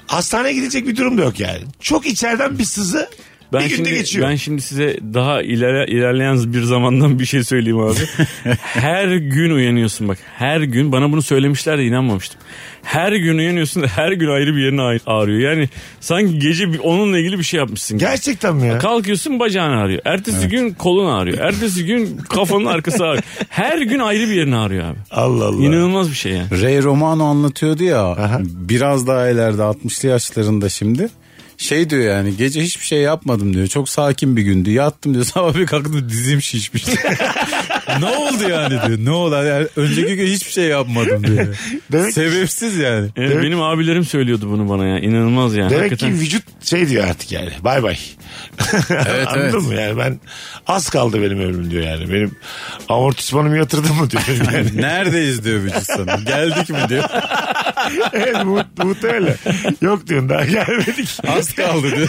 Speaker 3: Hastaneye gidecek bir durum da yok yani. Çok içeriden bir sızı
Speaker 5: Ben
Speaker 3: bir günde
Speaker 5: şimdi,
Speaker 3: geçiyor.
Speaker 5: Ben şimdi size daha iler, ilerleyen bir zamandan bir şey söyleyeyim abi.
Speaker 3: (laughs)
Speaker 5: her gün uyanıyorsun bak. Her gün bana bunu söylemişler de inanmamıştım. Her gün uyanıyorsun da her gün ayrı bir yerin ağ- ağrıyor. Yani sanki gece bir- onunla ilgili bir şey yapmışsın. gibi.
Speaker 3: Gerçekten mi ya?
Speaker 5: Kalkıyorsun bacağın ağrıyor. Ertesi gün kolun ağrıyor. Ertesi gün kafanın arkası ağrıyor. Her gün ayrı bir yerin ağrıyor abi.
Speaker 3: Allah Allah.
Speaker 5: İnanılmaz bir şey yani.
Speaker 4: Ray Romano anlatıyordu ya biraz daha ileride 60'lı yaşlarında şimdi. Şey diyor yani gece hiçbir şey yapmadım diyor. Çok sakin bir gündü. Yattım diyor (laughs) sabah bir kalktım dizim şişmiş. (laughs) ne oldu yani diyor. Ne oldu yani önceki gün hiçbir şey yapmadım diyor.
Speaker 3: Demek-
Speaker 4: Sebepsiz yani.
Speaker 5: Yani Benim abilerim söylüyordu bunu bana ya. İnanılmaz yani.
Speaker 3: Demek
Speaker 5: Hakikaten.
Speaker 3: ki vücut şey diyor artık yani. Bay bay. (laughs)
Speaker 4: Evet,
Speaker 3: Anladın
Speaker 4: evet.
Speaker 3: mı yani ben az kaldı benim ömrüm diyor yani. Benim amortismanımı yatırdım mı
Speaker 4: (laughs)
Speaker 3: diyor yani.
Speaker 4: Neredeyiz diyor vücut sana. Geldik mi diyor.
Speaker 3: (laughs) evet mu muhtemelen. Yok diyorsun daha gelmedik.
Speaker 4: Az kaldı diyor.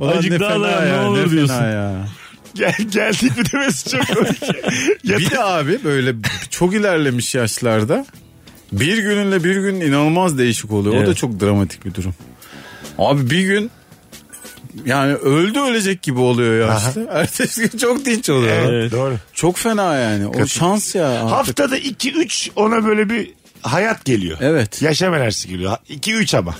Speaker 4: Ulan
Speaker 5: Azıcık
Speaker 4: ne
Speaker 5: daha
Speaker 4: fena
Speaker 5: dayan,
Speaker 4: ya,
Speaker 5: ne olur
Speaker 4: fena
Speaker 5: diyorsun.
Speaker 4: ya.
Speaker 3: Gel, geldik mi demesi çok komik. Yat-
Speaker 4: (laughs) Bir de abi böyle çok ilerlemiş yaşlarda bir gününle bir gün inanılmaz değişik oluyor. O da
Speaker 5: Evet.
Speaker 4: çok dramatik bir durum. Abi bir gün yani öldü ölecek gibi oluyor yaşlı. Ertesi gün çok dinç oluyor.
Speaker 3: Evet,
Speaker 5: Evet.
Speaker 3: doğru.
Speaker 4: Çok fena yani. O şans ya. artık.
Speaker 3: Haftada 2-3 ona böyle bir hayat geliyor.
Speaker 4: Evet.
Speaker 3: Yaşam enerjisi geliyor. 2-3 ama.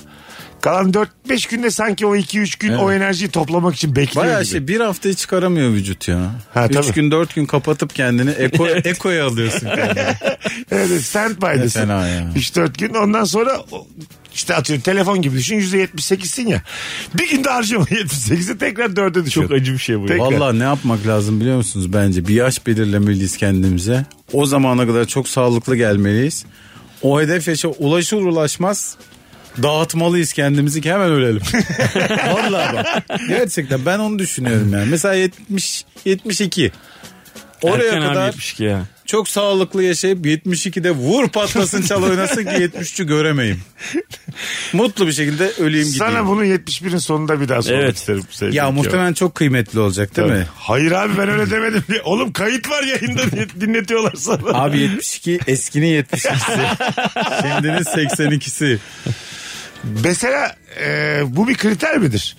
Speaker 3: Kalan 4-5 günde sanki o 2-3 gün o enerjiyi toplamak için bekliyor
Speaker 4: Bayağı
Speaker 3: gibi.
Speaker 4: şey bir haftayı çıkaramıyor vücut ya.
Speaker 3: Ha,
Speaker 4: Üç
Speaker 3: tabii.
Speaker 4: gün dört gün kapatıp kendini eko, ekoya alıyorsun. kendini.
Speaker 3: Evet standby'desin.
Speaker 4: Ne fena ya.
Speaker 3: 3-4 gün ondan sonra o- işte atıyorum telefon gibi düşün %78'sin ya. Bir günde harcama (laughs) 78'i tekrar 4'e düşüyor.
Speaker 5: Çok acı bir şey bu. ya.
Speaker 3: Peki.
Speaker 4: Vallahi ne yapmak lazım biliyor musunuz bence? Bir yaş belirlemeliyiz kendimize. O zamana kadar çok sağlıklı gelmeliyiz. O hedef yaşa ulaşır ulaşmaz dağıtmalıyız kendimizi ki hemen ölelim. Vallahi bak. Gerçekten ben onu düşünüyorum yani. Mesela 70 72. Oraya
Speaker 5: Erken abi
Speaker 4: kadar
Speaker 5: 72 ya.
Speaker 4: çok sağlıklı yaşayıp 72'de vur patlasın çal oynasın ki 73'ü göremeyim. Mutlu bir şekilde öleyim gideyim.
Speaker 3: Sana bunu 71'in sonunda bir daha sormak
Speaker 5: Evet.
Speaker 3: isterim. sevgili
Speaker 4: ya
Speaker 3: Kemal.
Speaker 4: muhtemelen çok kıymetli olacak değil mi?
Speaker 3: Hayır abi ben öyle demedim. (laughs) Oğlum kayıt var yayında diye dinletiyorlar sana.
Speaker 4: Abi 72 eskinin 72'si. Şimdinin 82'si.
Speaker 3: Mesela e, bu bir kriter midir?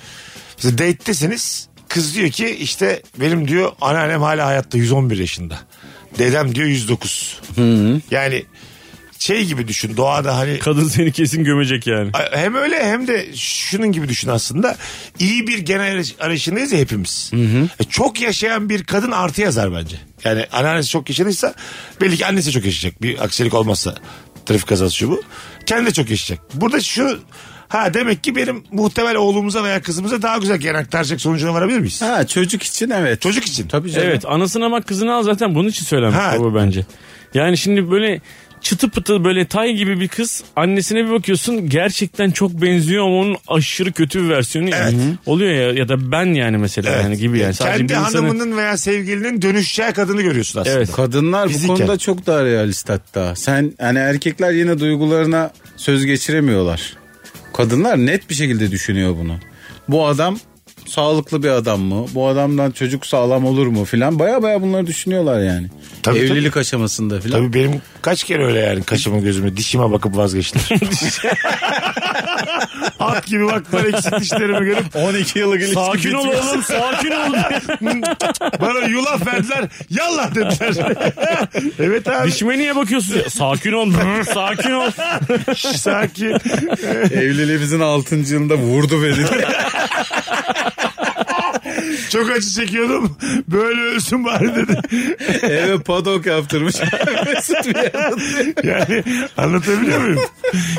Speaker 3: Mesela date'tesiniz. Kız diyor ki işte benim diyor anneannem hala hayatta 111 yaşında. Dedem diyor 109. Yani şey gibi düşün doğada hani
Speaker 5: Kadın seni kesin gömecek yani.
Speaker 3: hem öyle hem de şunun gibi düşün aslında. İyi bir genel arayışındayız ya hepimiz. E, Çok yaşayan bir kadın artı yazar bence. Yani anneannesi çok yaşadıysa belli ki annesi çok yaşayacak. Bir aksilik olmazsa trafik kazası şu bu. Kendi de çok yaşayacak. Burada şu ha demek ki benim muhtemel oğlumuza veya kızımıza daha güzel genel aktaracak sonucuna varabilir miyiz?
Speaker 4: Ha çocuk için evet.
Speaker 3: Çocuk için.
Speaker 4: Tabii canım.
Speaker 5: Evet anasına bak kızına al zaten bunun için söylenmiş
Speaker 3: Ha.
Speaker 5: baba bence. Yani şimdi böyle çıtı pıtı böyle tay gibi bir kız annesine bir bakıyorsun gerçekten çok benziyor ama onun aşırı kötü bir versiyonu yani. oluyor ya ya da ben yani mesela
Speaker 3: Evet.
Speaker 5: yani gibi yani. Sadece
Speaker 3: Kendi
Speaker 5: bir insanı-
Speaker 3: hanımının veya sevgilinin dönüşeceği kadını görüyorsun aslında.
Speaker 5: Evet.
Speaker 4: Kadınlar bu
Speaker 3: Fiziken.
Speaker 4: konuda çok daha realist hatta. Sen hani erkekler yine duygularına söz geçiremiyorlar. Kadınlar net bir şekilde düşünüyor bunu. Bu adam sağlıklı bir adam mı? Bu adamdan çocuk sağlam olur mu filan. Baya baya bunları düşünüyorlar yani.
Speaker 3: Tabii,
Speaker 4: Evlilik aşamasında filan.
Speaker 3: Tabii benim kaç kere öyle yani kaşıma gözüme dişime bakıp vazgeçtim. At gibi baktılar eksik dişlerimi görüp
Speaker 4: 12 yıllık ilişki
Speaker 5: Sakin ol
Speaker 4: bitmiş.
Speaker 5: oğlum
Speaker 3: (laughs)
Speaker 5: sakin ol.
Speaker 3: bana yulaf verdiler. Yallah dediler. (laughs) evet abi
Speaker 5: Dişime niye bakıyorsun?
Speaker 3: (laughs)
Speaker 5: Sakin ol. sakin ol.
Speaker 3: sakin. (laughs)
Speaker 4: Evliliğimizin 6. yılında vurdu beni.
Speaker 3: (laughs) Çok acı çekiyordum. Böyle ölsün bari dedi. (laughs)
Speaker 4: Eve padok yaptırmış. Mesut bir yerde.
Speaker 3: Yani anlatabiliyor muyum?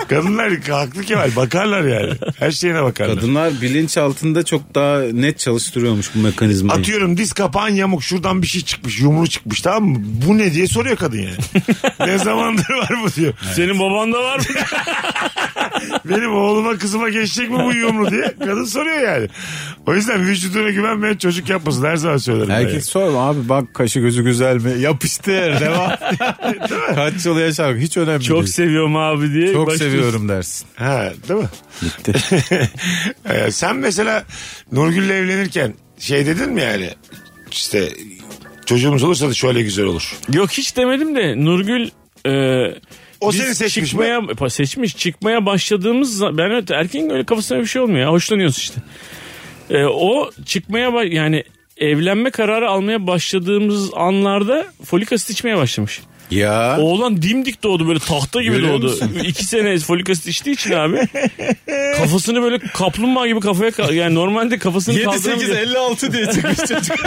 Speaker 3: Kadınlar haklı Kemal. Bakarlar yani. Her şeyine bakarlar.
Speaker 4: Kadınlar bilinç altında çok daha net çalıştırıyormuş bu mekanizmayı.
Speaker 3: Atıyorum diz kapağın yamuk şuradan bir şey çıkmış yumru çıkmış tamam mı? Bu ne diye soruyor kadın yani. ne zamandır var bu diyor.
Speaker 5: Senin baban da var mı?
Speaker 3: Benim oğluma kızıma geçecek mi bu yumru diye kadın soruyor yani. O yüzden vücuduna güven Evlenmeyen çocuk yapmasın her zaman söylerim. ben
Speaker 4: Erkek sorma abi bak kaşı gözü güzel mi? (laughs) Yapıştır devam. Kaç yıl yaşar hiç önemli
Speaker 5: Çok
Speaker 4: değil.
Speaker 5: seviyorum abi diye.
Speaker 4: Çok
Speaker 5: başlıyorsun.
Speaker 4: seviyorum dersin.
Speaker 3: yani. Ha, değil mi?
Speaker 4: Gitti.
Speaker 3: (laughs) Ee, sen mesela Nurgül'le evlenirken şey dedin mi yani? İşte çocuğumuz olursa da şöyle güzel olur.
Speaker 5: Yok hiç demedim de Nurgül e,
Speaker 3: O
Speaker 5: biz
Speaker 3: seni seçmiş mi?
Speaker 5: çıkmaya, pa- Seçmiş. Çıkmaya başladığımız za- ben öyle erkeğin öyle kafasına bir şey olmuyor ya. Hoşlanıyorsun işte. E, o çıkmaya ba- yani evlenme kararı almaya başladığımız anlarda folik asit içmeye başlamış.
Speaker 4: Ya.
Speaker 5: Oğlan dimdik doğdu böyle tahta gibi
Speaker 4: Görüyor
Speaker 5: doğdu.
Speaker 4: musun?
Speaker 5: İki sene folik asit içtiği için abi kafasını böyle kaplumbağa gibi kafaya ka- yani normalde kafasını
Speaker 4: 7 8
Speaker 5: kaldıramıyor.
Speaker 4: 56 diye çıkmış çocuk.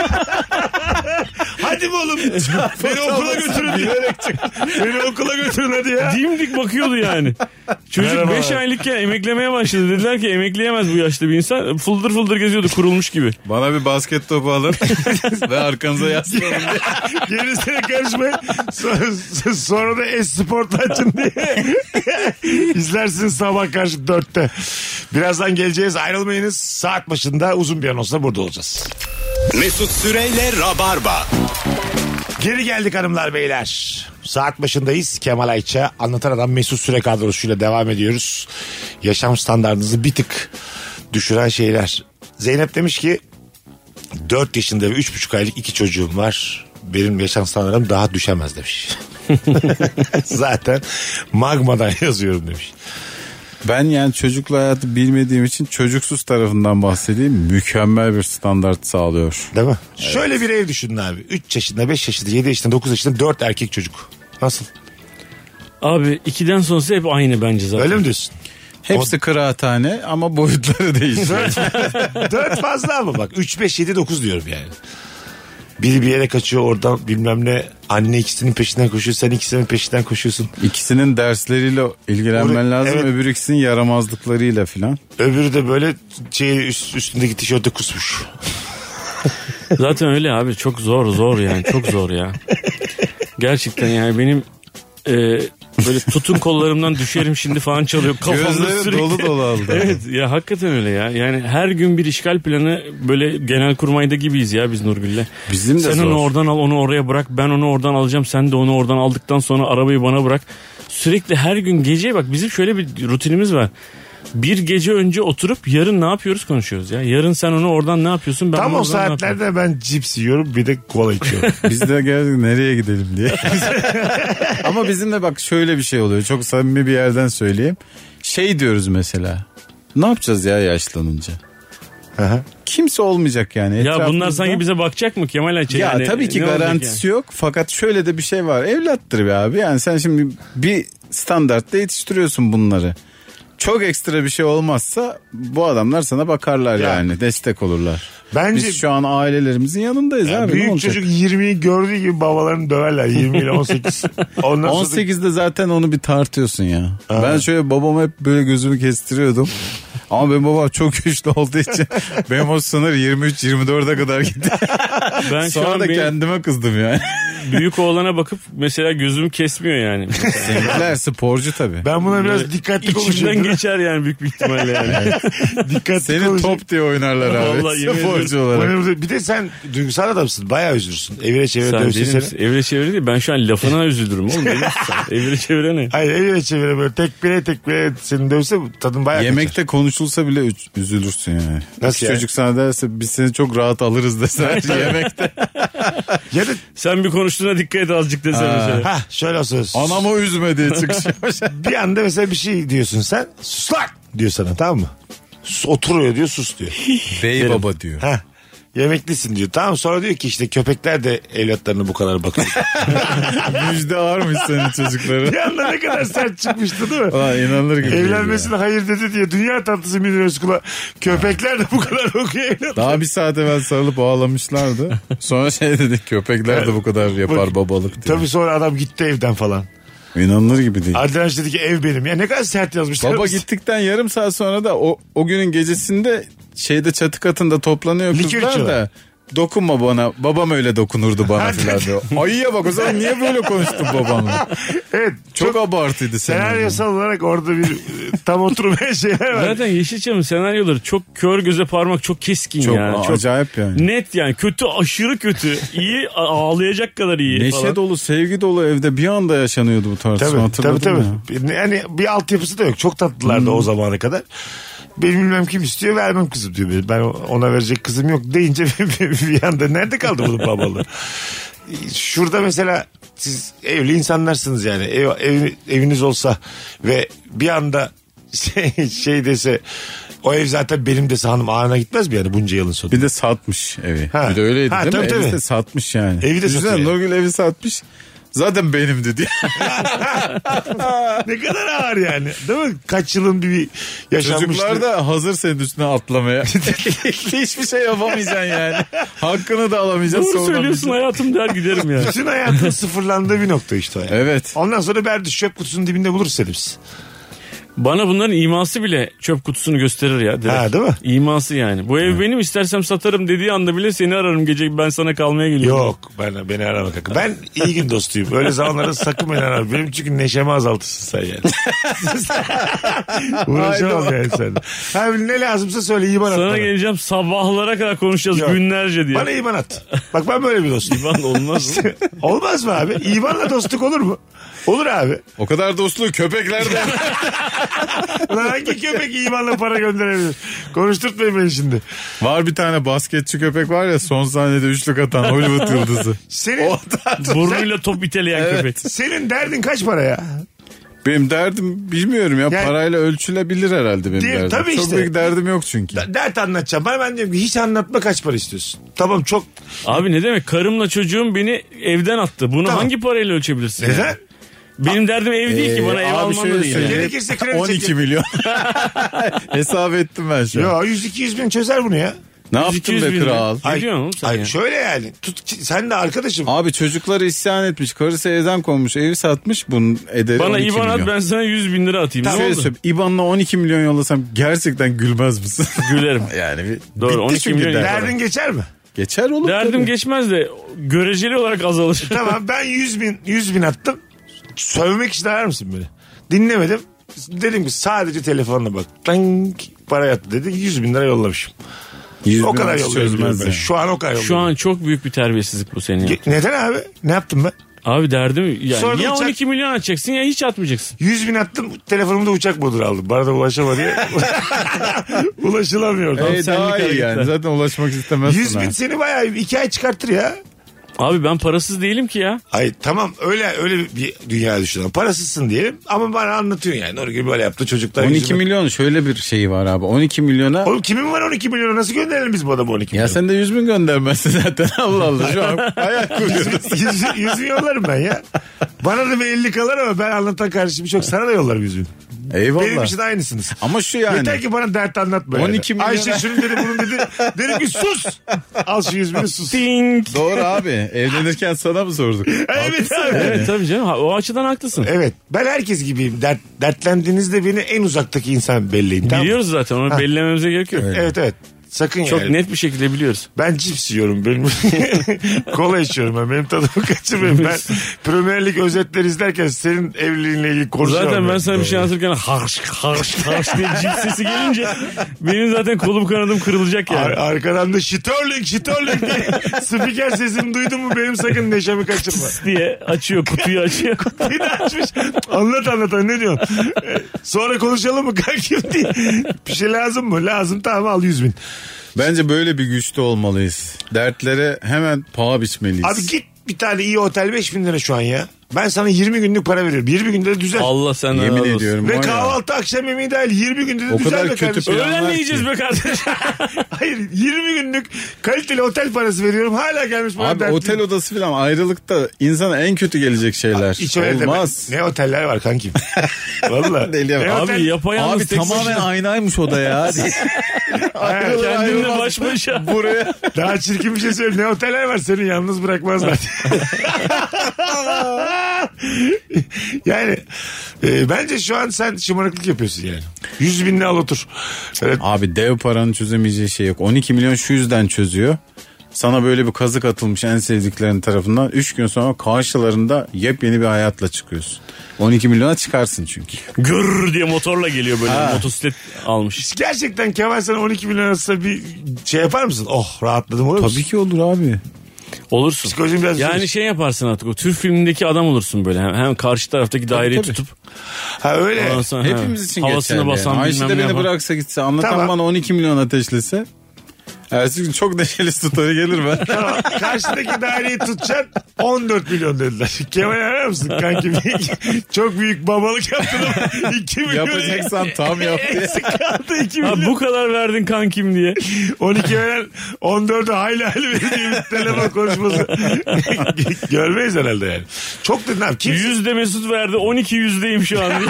Speaker 3: Hadi mi
Speaker 4: (laughs)
Speaker 3: oğlum? Beni okula götürün. Bilerek çık. Beni okula götürün hadi ya.
Speaker 5: Dimdik bakıyordu yani. Çocuk 5 aylıkken emeklemeye başladı. Dediler ki emekleyemez bu yaşta bir insan. Fıldır fıldır geziyordu kurulmuş gibi.
Speaker 4: Bana bir basket topu (laughs) alın ve arkanıza yaslanın.
Speaker 3: Gerisine karışmayın. Sonra, sonra da e-sportla açın diye. İzlersiniz sabah karşı dörtte. Birazdan geleceğiz ayrılmayınız. Saat başında uzun bir anonsla burada olacağız.
Speaker 2: Mesut Süreyle Rabarba.
Speaker 3: Geri geldik hanımlar beyler. Saat başındayız. Kemal Ayça anlatan adam Mesut Süre kadrosuyla devam ediyoruz. Yaşam standartınızı bir tık düşüren şeyler. Zeynep demiş ki 4 yaşında ve 3,5 aylık iki çocuğum var. Benim yaşam standartım daha düşemez demiş. Zaten magmadan (laughs) yazıyorum demiş.
Speaker 4: Ben yani çocuklu hayatı bilmediğim için çocuksuz tarafından bahsedeyim. Mükemmel bir standart sağlıyor.
Speaker 3: Değil mi? Şöyle bir ev düşünün abi. 3 yaşında, 5 yaşında, 7 yaşında, 9 yaşında 4 erkek çocuk. Nasıl?
Speaker 5: Abi 2'den sonrası hep aynı bence zaten.
Speaker 3: Öyle mi diyorsun?
Speaker 4: Hepsi kıraathane ama (laughs) boyutları değişiyor.
Speaker 3: 4 fazla ama bak 3 5 7 9 diyorum yani. Biri bir yere kaçıyor oradan bilmem ne anne ikisinin peşinden koşuyor sen ikisinin peşinden koşuyorsun.
Speaker 4: İkisinin dersleriyle ilgilenmen
Speaker 3: Onu-
Speaker 4: lazım.
Speaker 3: evet.
Speaker 4: Öbür ikisinin yaramazlıklarıyla filan.
Speaker 3: Öbürü de böyle şey üst, üstündeki tişörte kusmuş.
Speaker 5: Zaten öyle abi çok zor zor yani çok zor ya. Gerçekten yani benim e, böyle tutun kollarımdan düşerim şimdi falan çalıyor. Kafamda
Speaker 4: Gözleri
Speaker 5: sürekli.
Speaker 4: dolu dolu aldı.
Speaker 5: (laughs) Evet ya hakikaten öyle ya. Yani her gün bir işgal planı böyle genel kurmayda gibiyiz ya biz Nurgül'le.
Speaker 4: Bizim de
Speaker 5: Sen
Speaker 4: zor.
Speaker 5: onu oradan al onu oraya bırak ben onu oradan alacağım sen de onu oradan aldıktan sonra arabayı bana bırak. Sürekli her gün gece bak bizim şöyle bir rutinimiz var. Bir gece önce oturup yarın ne yapıyoruz konuşuyoruz ya. Yarın sen onu oradan ne yapıyorsun ben
Speaker 3: Tam o
Speaker 5: onu oradan ne yapıyorum?
Speaker 3: saatlerde ben cips yiyorum bir de kola
Speaker 4: (laughs)
Speaker 3: içiyorum.
Speaker 4: Biz de geldik nereye gidelim diye. (laughs) Ama bizim de bak şöyle bir şey oluyor. Çok samimi bir yerden söyleyeyim. Şey diyoruz mesela. Ne yapacağız ya yaşlanınca?
Speaker 3: Aha.
Speaker 4: Kimse olmayacak yani.
Speaker 5: Ya bunlar
Speaker 4: Etrafımızda-
Speaker 5: sanki bize bakacak mı Kemal Ayça?
Speaker 4: Ya
Speaker 5: Yani
Speaker 4: tabii ki
Speaker 5: ne olacak
Speaker 4: garantisi yok. Fakat şöyle de bir şey var. Evlattır be abi. Yani sen şimdi bir standartta yetiştiriyorsun bunları. Çok ekstra bir şey olmazsa bu adamlar sana bakarlar
Speaker 3: Ya.
Speaker 4: yani. Destek olurlar.
Speaker 3: Bence
Speaker 4: Biz şu an ailelerimizin yanındayız
Speaker 3: Ya
Speaker 4: abi. ne
Speaker 3: büyük
Speaker 4: olacak?
Speaker 3: çocuk 20'yi gördüğü gibi babalarını döverler 20 ile
Speaker 4: (laughs)
Speaker 3: 18. Ondan sonra
Speaker 4: 18'de zaten onu bir tartıyorsun ya. Ben şöyle babam hep böyle gözümü kestiriyordum. Ama benim babam çok güçlü olduğu için benim o sınır 23-24'e kadar gitti.
Speaker 5: yani? Ben şu
Speaker 4: Sonra
Speaker 5: an
Speaker 4: da
Speaker 5: benim
Speaker 4: kendime kızdım yani.
Speaker 5: büyük oğlana bakıp mesela gözüm kesmiyor
Speaker 4: (laughs)
Speaker 5: yani.
Speaker 4: Seninkiler sporcu tabii.
Speaker 3: ben buna biraz dikkatli
Speaker 5: İçimden
Speaker 3: konuşuyorum. (laughs)
Speaker 5: geçer yani büyük bir ihtimalle yani.
Speaker 3: dikkatli
Speaker 4: Senin
Speaker 3: konuşayım.
Speaker 4: top diye oynarlar abi.
Speaker 5: Vallahi yemin
Speaker 4: sporcu
Speaker 5: ederim.
Speaker 4: olarak.
Speaker 3: Bir de sen duygusal adamsın. Bayağı üzülürsün. Evire çevire
Speaker 5: sen
Speaker 3: dövsün
Speaker 5: benim
Speaker 3: seni.
Speaker 5: evre çevre değil ben şu
Speaker 3: (laughs)
Speaker 5: an lafına üzülürüm oğlum. Benim sen. Evre çevre ne?
Speaker 3: Hayır evine çevire böyle tek bire tek bire seni dövse tadın bayağı kaçar.
Speaker 4: Yemekte konuşulsa bile üz- üzülürsün yani.
Speaker 3: Nasıl
Speaker 4: İki
Speaker 3: yani?
Speaker 4: Çocuk sana derse biz seni çok rahat alırız dese yemekte.
Speaker 3: Ya da
Speaker 5: Sen bir konuştuğuna dikkat et azıcık desene mesela.
Speaker 3: ha şöyle söz.
Speaker 4: Anamı üzme diye çıkış yapmış.
Speaker 3: Bir anda mesela bir şey diyorsun sen sus lan diyor sana tamam mı? Sus, oturuyor diyor sus
Speaker 4: (laughs)
Speaker 3: diyor.
Speaker 4: Bey baba diyor.
Speaker 3: ha yemeklisin diyor. Tamam sonra diyor ki işte köpekler de evlatlarına bu kadar
Speaker 4: (laughs)
Speaker 3: bakıyor.
Speaker 4: Müjde ağırmış senin
Speaker 3: bir (laughs)
Speaker 4: çocukları.
Speaker 3: anda ne kadar sert çıkmıştı değil mi?
Speaker 4: Ulan inanılır gibi. değil ya.
Speaker 3: Evlenmesine hayır dedi diye dünya tatlısı Münir Özkul'a köpekler de bu kadar (laughs) okuyor evlat.
Speaker 4: Daha bir saat evvel sarılıp ağlamışlardı. Sonra şey dedik köpekler de bu kadar yapar babalık diye.
Speaker 3: Tabii sonra adam gitti evden falan.
Speaker 4: İnanılır gibi değil.
Speaker 3: Arkadaş dedi ki ev benim. Ya ne kadar sert yazmışlar.
Speaker 4: Baba gittikten yarım saat sonra da o, o günün gecesinde şeyde çatı katında toplanıyor
Speaker 3: Likör
Speaker 4: kızlar
Speaker 3: içiyorlar.
Speaker 4: da Dokunma bana. Babam öyle dokunurdu bana filan diyor. Ayıya bak o zaman niye böyle konuştun babamla?
Speaker 3: Evet.
Speaker 4: Çok, abartıydı senin.
Speaker 3: Senaryosal olarak orada bir e, tam oturmayan şeyler var.
Speaker 5: Zaten Yeşilçam'ın senaryoları çok kör göze parmak çok keskin
Speaker 4: Çok
Speaker 5: yani.
Speaker 4: a-
Speaker 5: Çok
Speaker 4: acayip yani.
Speaker 5: net yani kötü aşırı kötü. İyi a- ağlayacak kadar iyi
Speaker 4: Neşe
Speaker 5: falan.
Speaker 4: dolu, sevgi dolu evde bir anda yaşanıyordu bu tartışma
Speaker 3: Tabii tabii
Speaker 4: hatırladın
Speaker 3: tabii.
Speaker 4: mı?
Speaker 3: Bir- Yani bir altyapısı da yok. Çok tatlılardı o zamana kadar. Benim bilmem kim istiyor vermem kızım diyor. Ben ona verecek kızım yok deyince (laughs) bir anda nerede kaldı bunun babalığı? Şurada mesela siz evli insanlarsınız yani. Ev, ev- eviniz olsa ve bir anda (laughs) şey, şey dese o ev zaten benim dese hanım ağına gitmez mi yani bunca yılın sonu?
Speaker 4: Bir de satmış evi.
Speaker 3: Ha.
Speaker 4: Bir de öyleydi
Speaker 3: Ha,
Speaker 4: değil mi?
Speaker 3: tabii,
Speaker 4: Evi
Speaker 3: tabii.
Speaker 4: de satmış yani.
Speaker 3: Evi de
Speaker 4: Düşünsene,
Speaker 3: satıyor.
Speaker 4: Nurgül evi satmış. Zaten
Speaker 3: (laughs)
Speaker 4: benimdi diye.
Speaker 3: ne kadar ağır yani. Değil mi? Kaç yılın bir yaşanmışlığı. (laughs)
Speaker 4: Çocuklar da hazır senin üstüne atlamaya. Hiçbir (laughs) şey yapamayacaksın yani. Hakkını da alamayacaksın.
Speaker 5: Doğru söylüyorsun
Speaker 4: savunamayacaksın.
Speaker 5: hayatım der
Speaker 3: (laughs)
Speaker 5: giderim yani.
Speaker 3: Bütün hayatın sıfırlandığı bir nokta işte o yani.
Speaker 4: Evet.
Speaker 3: Ondan sonra Berdi çöp kutusunun dibinde buluruz seni biz.
Speaker 5: Bana bunların iması bile çöp kutusunu gösterir ya direkt.
Speaker 3: Ha, değil mi?
Speaker 5: İması yani. Bu ev benim istersem satarım dediği anda bile seni ararım gece ben sana kalmaya geliyorum.
Speaker 3: Yok ben beni arama kanka. Ben iyi gün dostuyum. Öyle zamanlarda sakın beni arama. Benim çünkü neşemi azaltırsın sen yani. Uğraşamam yani sen. Hem ne lazımsa söyle iyi bana at.
Speaker 5: Sana
Speaker 3: bana.
Speaker 5: geleceğim sabahlara kadar konuşacağız
Speaker 3: Yok.
Speaker 5: günlerce diye.
Speaker 3: Bana iman at. Bak ben böyle bir dostum. (laughs)
Speaker 5: Lan olmaz mı?
Speaker 3: Olmaz mı abi? İmanla dostluk olur mu? Olur abi.
Speaker 4: O kadar
Speaker 3: (laughs)
Speaker 4: dostluğu köpeklerden.
Speaker 3: Ulan hangi köpek imanla para gönderebilir? Konuşturtmayın beni şimdi.
Speaker 4: var bir tane basketçi köpek var ya son saniyede üçlük atan Hollywood yıldızı.
Speaker 3: Senin, (laughs)
Speaker 5: Burnuyla top iteleyen köpek.
Speaker 3: senin derdin kaç para ya?
Speaker 4: Benim derdim bilmiyorum ya
Speaker 3: Yani-
Speaker 4: parayla ölçülebilir herhalde benim
Speaker 3: Değil,
Speaker 4: derdim.
Speaker 3: tabii
Speaker 4: Çok
Speaker 3: işte.
Speaker 4: büyük derdim yok çünkü.
Speaker 3: D- dert anlatacağım. Ben, ben diyorum ki hiç anlatma kaç para istiyorsun. Tamam çok.
Speaker 5: Abi ne demek karımla çocuğum beni evden attı. Bunu
Speaker 3: Tamam.
Speaker 5: hangi parayla ölçebilirsin?
Speaker 3: Neden?
Speaker 5: yani? Benim derdim ev değil ki
Speaker 4: Ee,
Speaker 5: bana ev
Speaker 4: abi
Speaker 5: alman
Speaker 4: şöyle
Speaker 5: da değil. yani.
Speaker 4: söyleyeyim.
Speaker 3: Gerekirse kredi
Speaker 4: 12
Speaker 3: çekelim. (laughs)
Speaker 4: milyon. Hesap ettim ben şu an.
Speaker 3: Ya 100-200 bin çözer bunu ya.
Speaker 4: Ne
Speaker 5: 200
Speaker 4: yaptın
Speaker 5: bin
Speaker 4: be
Speaker 5: lira.
Speaker 4: kral?
Speaker 5: Ne diyorsun oğlum sen
Speaker 3: ay
Speaker 5: ya?
Speaker 3: şöyle yani. Tut, ki- sen de arkadaşım.
Speaker 4: Abi çocukları isyan etmiş. Karısı evden konmuş. Evi satmış. Bunun ederi
Speaker 5: Bana
Speaker 3: şey
Speaker 4: 12
Speaker 5: İvan at
Speaker 4: milyon.
Speaker 5: ben sana 100 bin lira atayım. Ne
Speaker 4: Şöyle
Speaker 5: oldu?
Speaker 4: söyleyeyim, İban'la 12 milyon yollasam gerçekten gülmez
Speaker 5: (laughs)
Speaker 4: misin?
Speaker 5: Gülerim.
Speaker 4: (laughs) yani bir
Speaker 5: Doğru 12
Speaker 4: çünkü
Speaker 5: milyon.
Speaker 4: derdim.
Speaker 5: lira.
Speaker 3: Derdin geçer (laughs) mi?
Speaker 4: geçer olur.
Speaker 5: Derdim
Speaker 4: tabii.
Speaker 5: geçmez de göreceli olarak azalır.
Speaker 3: E, tamam ben 100 bin, 100 bin attım. Sövmek için arar mısın beni? Dinlemedim. Dedim ki sadece telefonla bak. Tank para yattı dedi. 100 bin lira yollamışım.
Speaker 4: 100
Speaker 3: o
Speaker 4: bin
Speaker 3: kadar
Speaker 4: hiç
Speaker 3: yolluyorum.
Speaker 4: çözmez
Speaker 3: ben.
Speaker 4: yani.
Speaker 3: Şu an o kadar
Speaker 5: Şu
Speaker 3: yolluyorum.
Speaker 5: an çok büyük bir terbiyesizlik bu senin. ya.
Speaker 3: Ge- Neden abi? Ne yaptım ben?
Speaker 5: Abi derdim yani
Speaker 3: Sonra da
Speaker 5: ya
Speaker 3: uçak-
Speaker 5: 12 milyon atacaksın ya hiç atmayacaksın.
Speaker 3: 100 bin attım. Telefonumda uçak modunu aldım. Bana da ulaşama (laughs) diye. Ulaşılamıyor.
Speaker 4: Ee,
Speaker 5: Tamam,
Speaker 4: daha
Speaker 5: senlik
Speaker 4: iyi yani.
Speaker 5: hareketler.
Speaker 4: Zaten ulaşmak istemezsin.
Speaker 3: 100 bin
Speaker 4: ha.
Speaker 3: seni bayağı iki ay çıkartır ya.
Speaker 5: Abi ben parasız değilim ki ya.
Speaker 3: Ay tamam öyle öyle bir dünya düşünüyorum. Parasızsın diyelim ama bana anlatıyorsun yani. Nurgül böyle yaptı çocuklar.
Speaker 4: 12
Speaker 3: yüzüme-
Speaker 4: milyon şöyle bir şeyi var abi. 12 milyona
Speaker 3: Oğlum kimin var 12 milyonu nasıl gönderelim biz bu adamı 12
Speaker 4: ya
Speaker 3: milyonu?
Speaker 4: sen de 100 bin göndermezsin (laughs) zaten. Allah Allah şu
Speaker 5: (laughs)
Speaker 4: an ayak
Speaker 3: (laughs)
Speaker 4: kuruyoruz.
Speaker 3: Yüz, yüzü yollarım ben ya. Bana da bir 50 kalır ama ben anlatan kardeşim çok sana da yollarım yüzünü.
Speaker 4: Eyvallah.
Speaker 3: Benim
Speaker 5: şey-
Speaker 3: için aynısınız.
Speaker 4: Ama şu yani.
Speaker 3: Yeter ki bana dert anlatma. yani.
Speaker 4: 12 milyon-
Speaker 3: Ayşe şunu dedi bunu dedi. Dedim ki sus. Al şu yüz bini sus.
Speaker 5: Ding.
Speaker 4: Doğru abi. Evlenirken sana mı sorduk?
Speaker 3: evet E, abi.
Speaker 5: (laughs) Evet tabii canım ha, o açıdan haklısın.
Speaker 3: Evet ben herkes gibiyim. Dert, dertlendiğinizde beni en uzaktaki insan belleyin. Tamam. mı?
Speaker 5: Biliyoruz zaten onu bellememize gerek yok.
Speaker 3: Evet evet. Sakın
Speaker 5: Çok
Speaker 3: yani.
Speaker 5: net bir şekilde biliyoruz.
Speaker 3: Ben cips yiyorum. Benim (laughs) kola içiyorum ben. Benim tadımı kaçırmayın. Ben Premier Lig özetleri izlerken senin evliliğinle ilgili konuşuyorum.
Speaker 5: Zaten ben
Speaker 3: yani.
Speaker 5: sana bir şey anlatırken harş harş harş diye cips sesi gelince benim zaten kolum kanadım kırılacak
Speaker 3: Ar-
Speaker 5: yani.
Speaker 3: arkadan da Şitörling Şitörling diye
Speaker 5: (laughs)
Speaker 3: spiker sesini duydun mu benim sakın neşemi kaçırma.
Speaker 5: diye açıyor
Speaker 4: (laughs)
Speaker 5: kutuyu açıyor.
Speaker 3: Bir de açmış. Anlat anlat ne diyorsun? Ee, Sonra konuşalım mı kankim diye. Bir şey lazım mı? Lazım tamam al 100 bin.
Speaker 4: Bence böyle bir güçte olmalıyız. Dertlere hemen paha biçmeliyiz.
Speaker 3: Abi git bir tane iyi otel 5 bin lira şu an ya. Ben sana 20 günlük para veriyorum. 20 günde de düzel.
Speaker 5: Allah senden
Speaker 4: Yemin
Speaker 5: razı olsun.
Speaker 4: ediyorum.
Speaker 3: Ve
Speaker 4: var ya.
Speaker 3: kahvaltı akşam yemeği dahil 20 günde de
Speaker 4: O
Speaker 3: düzel
Speaker 4: kadar
Speaker 3: be
Speaker 4: kötü
Speaker 3: kardeşim.
Speaker 4: plan.
Speaker 5: Öğlen ne yiyeceğiz
Speaker 4: (laughs)
Speaker 5: be kardeşim?
Speaker 3: Hayır 20 günlük kaliteli otel parası veriyorum. Hala gelmiş bana
Speaker 4: Abi
Speaker 3: dert
Speaker 4: otel
Speaker 3: değil.
Speaker 4: odası falan ayrılıkta insana en kötü gelecek şeyler.
Speaker 3: Hiç öyle deme.
Speaker 4: Olmaz.
Speaker 3: Ne oteller var
Speaker 4: (laughs)
Speaker 3: kankim. Valla.
Speaker 4: Deli ya.
Speaker 3: Ne
Speaker 5: Abi
Speaker 3: otel-
Speaker 5: yapayalnız
Speaker 4: Abi
Speaker 5: tek
Speaker 4: tamamen
Speaker 5: başına.
Speaker 4: aynaymış o
Speaker 3: (laughs)
Speaker 4: da ya. Ayrılır
Speaker 5: Kendinle
Speaker 4: ayrılmaz.
Speaker 5: baş başa.
Speaker 4: Buraya.
Speaker 3: Daha çirkin bir şey söyleyeyim. Ne oteller var seni yalnız
Speaker 4: (laughs)
Speaker 3: bırakmazlar. yani e, bence şu an sen şımarıklık yapıyorsun yani. 100 binle al otur. Evet.
Speaker 4: Abi dev paranın çözemeyeceği şey yok. 12 milyon şu yüzden çözüyor. Sana böyle bir kazık atılmış en sevdiklerin tarafından. 3 gün sonra karşılarında yepyeni bir hayatla çıkıyorsun. 12 milyona çıkarsın çünkü.
Speaker 5: Gürr diye motorla geliyor böyle motosiklet almış.
Speaker 3: Gerçekten Kemal sana 12 milyon atsa bir şey yapar mısın? Oh rahatladım olur musun?
Speaker 4: Tabii ki olur abi.
Speaker 5: Olursun.
Speaker 3: Psikolojim biraz
Speaker 5: yani
Speaker 3: üzülür.
Speaker 5: şey yaparsın artık o Türk filmindeki adam olursun böyle. Hem, hem karşı taraftaki daireyi
Speaker 4: tabii.
Speaker 5: tutup
Speaker 3: Ha öyle. (laughs)
Speaker 5: ondan sonra
Speaker 4: Hepimiz
Speaker 5: he,
Speaker 4: için
Speaker 5: havasını
Speaker 4: geçerli.
Speaker 5: basan
Speaker 4: yani. Ayşe
Speaker 5: bilmem
Speaker 4: de
Speaker 5: ne
Speaker 4: beni
Speaker 5: yapan.
Speaker 4: bıraksa gitse anlatan
Speaker 3: Tamam.
Speaker 4: bana 12 milyon ateşlese. Ertesi gün çok neşeli story gelir
Speaker 3: (laughs)
Speaker 4: ben.
Speaker 3: Tamam. Karşıdaki daireyi tutacaksın 14 milyon dediler. Kemal arar mısın kanki? (laughs) Çok büyük babalık yaptın
Speaker 4: (laughs)
Speaker 3: ama 2 milyon.
Speaker 4: Yapacaksan tam yap diye.
Speaker 3: Eksik kaldı 2
Speaker 5: Ha,
Speaker 3: milyon.
Speaker 5: bu kadar verdin
Speaker 4: (laughs)
Speaker 5: kankim diye.
Speaker 3: 12 veren 14'ü hayli hayli verir diye bir telefon konuşması. (laughs) Görmeyiz herhalde yani. Çok dedin abi. Kimse,
Speaker 5: Yüzde Mesut verdi 12 yüzdeyim şu an diye.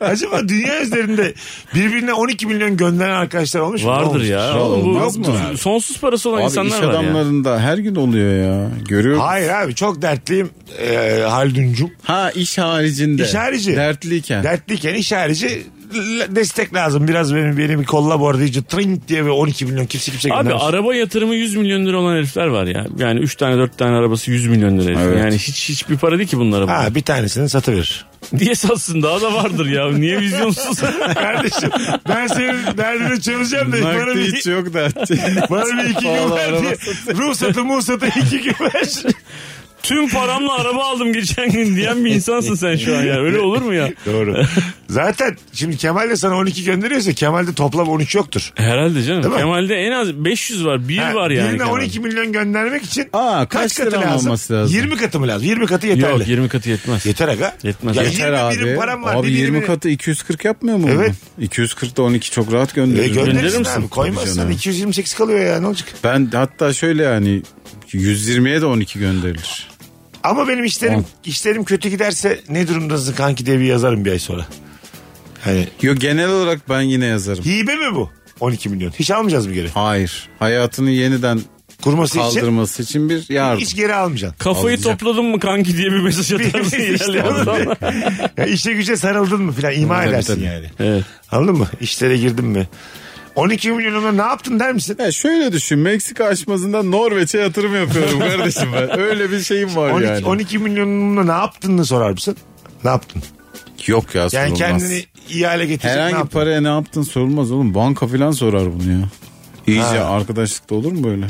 Speaker 3: acaba dünya üzerinde birbirine 12 milyon gönderen arkadaşlar olmuş mu?
Speaker 5: (laughs) Vardır
Speaker 3: Olmuş.
Speaker 5: ya.
Speaker 4: Ya
Speaker 5: Oğlum bu
Speaker 4: olmaz mı
Speaker 5: yoktur.
Speaker 4: abi?
Speaker 5: Sonsuz parası olan
Speaker 4: Abi iş
Speaker 5: insanlar var ya.
Speaker 4: adamlarında her gün oluyor ya. Görüyorum.
Speaker 3: Hayır abi çok dertliyim e, Haldun'cum.
Speaker 4: Ha iş haricinde.
Speaker 3: İş harici.
Speaker 4: Dertliyken.
Speaker 3: Dertliyken iş harici l- destek lazım. Biraz benim beni bir kolla bu arada iyice trink diye ve 12 milyon kimse kimse
Speaker 5: Abi
Speaker 3: göndermiş.
Speaker 5: araba yatırımı 100 milyon lira olan herifler var ya. Yani 3 tane 4 tane arabası 100 milyon lira. herif.
Speaker 4: Evet.
Speaker 5: Yani hiç hiçbir para değil ki bunlara. (laughs)
Speaker 3: Ha bir tanesini satıverir.
Speaker 5: Niye satsın daha da vardır ya.
Speaker 4: (laughs)
Speaker 5: Niye vizyonsuz?
Speaker 3: Kardeşim ben senin derdini çözeceğim de bana
Speaker 4: Nakdi
Speaker 3: bir
Speaker 4: hiç yok dert.
Speaker 3: (laughs) Bana bir iki gün
Speaker 4: Pahalı
Speaker 3: ver
Speaker 4: araba
Speaker 3: diye. Ruhsatı muhsatı iki gün ver.
Speaker 5: (laughs) Tüm paramla araba aldım geçen gün diyen bir insansın sen şu an ya. Öyle olur mu ya?
Speaker 3: Doğru. Zaten şimdi Kemal de sana 12 gönderiyorsa Kemal'de toplam 13 yoktur.
Speaker 5: Herhalde canım.
Speaker 3: Değil mi?
Speaker 5: Kemal'de en az 500 var. Bir
Speaker 3: Ha,
Speaker 5: var yani.
Speaker 3: Birine
Speaker 5: Kemal'de.
Speaker 3: 12 milyon göndermek için
Speaker 4: Aa, kaç lira olması lazım?
Speaker 3: 20 katı mı lazım? 20 katı yeterli.
Speaker 5: Yok 20 katı yetmez.
Speaker 3: Yeter aga.
Speaker 5: Yetmez.
Speaker 3: Ya
Speaker 4: Yeter
Speaker 3: 20
Speaker 4: abi.
Speaker 3: birim param var.
Speaker 4: abi
Speaker 3: bir
Speaker 4: 20
Speaker 3: birimini-
Speaker 4: katı 240 yapmıyor mu?
Speaker 3: Evet.
Speaker 4: bunu? 240 da 12 çok rahat
Speaker 3: E,
Speaker 4: gönderirim.
Speaker 3: gönderirsin
Speaker 5: Gönderir misin?
Speaker 3: abi.
Speaker 4: Tabii
Speaker 3: Koymazsan
Speaker 4: canım.
Speaker 3: 228 kalıyor ya ne olacak?
Speaker 4: Ben hatta şöyle yani 120'ye de 12 gönderilir.
Speaker 3: Ama benim işlerim
Speaker 4: Tamam.
Speaker 3: işlerim kötü giderse ne durumdasın kanki diye bir yazarım bir ay sonra. Hani
Speaker 4: Yo genel olarak ben yine yazarım.
Speaker 3: hibe mi bu? 12 milyon. Hiç almayacağız mı geri?
Speaker 4: Hayır. Hayatını yeniden
Speaker 3: Kurması için
Speaker 4: kaldırması için bir yardım.
Speaker 3: hiç geri almayacaksın.
Speaker 4: (laughs)
Speaker 5: Kafayı
Speaker 4: Alacak.
Speaker 5: topladın mı kanki diye
Speaker 4: (laughs)
Speaker 5: bir mesaj atarsın.
Speaker 3: işte
Speaker 5: ilerleyen zaman.
Speaker 3: (laughs) ya işe güce sarıldın mı filan ima
Speaker 4: Tabii,
Speaker 3: edersin
Speaker 4: tabii.
Speaker 3: yani.
Speaker 5: Evet.
Speaker 3: Anladın mı? İşlere girdin mi? 12 milyonuna ne yaptın der misin?
Speaker 4: Ya şöyle düşün Meksika açmazında Norveç'e yatırım yapıyorum kardeşim
Speaker 3: (laughs)
Speaker 4: ben. Öyle bir şeyim var
Speaker 3: 12,
Speaker 4: yani.
Speaker 3: 12 milyonuna ne yaptığını sorar mısın? Ne yaptın?
Speaker 4: Yok ya
Speaker 3: Yani
Speaker 4: sorulmaz.
Speaker 3: kendini iyi hale getirecek ne
Speaker 4: Herhangi
Speaker 3: yaptın?
Speaker 4: paraya ne yaptın sorulmaz oğlum. Banka falan sorar bunu ya. İyice
Speaker 3: Ha.
Speaker 4: arkadaşlıkta olur mu böyle?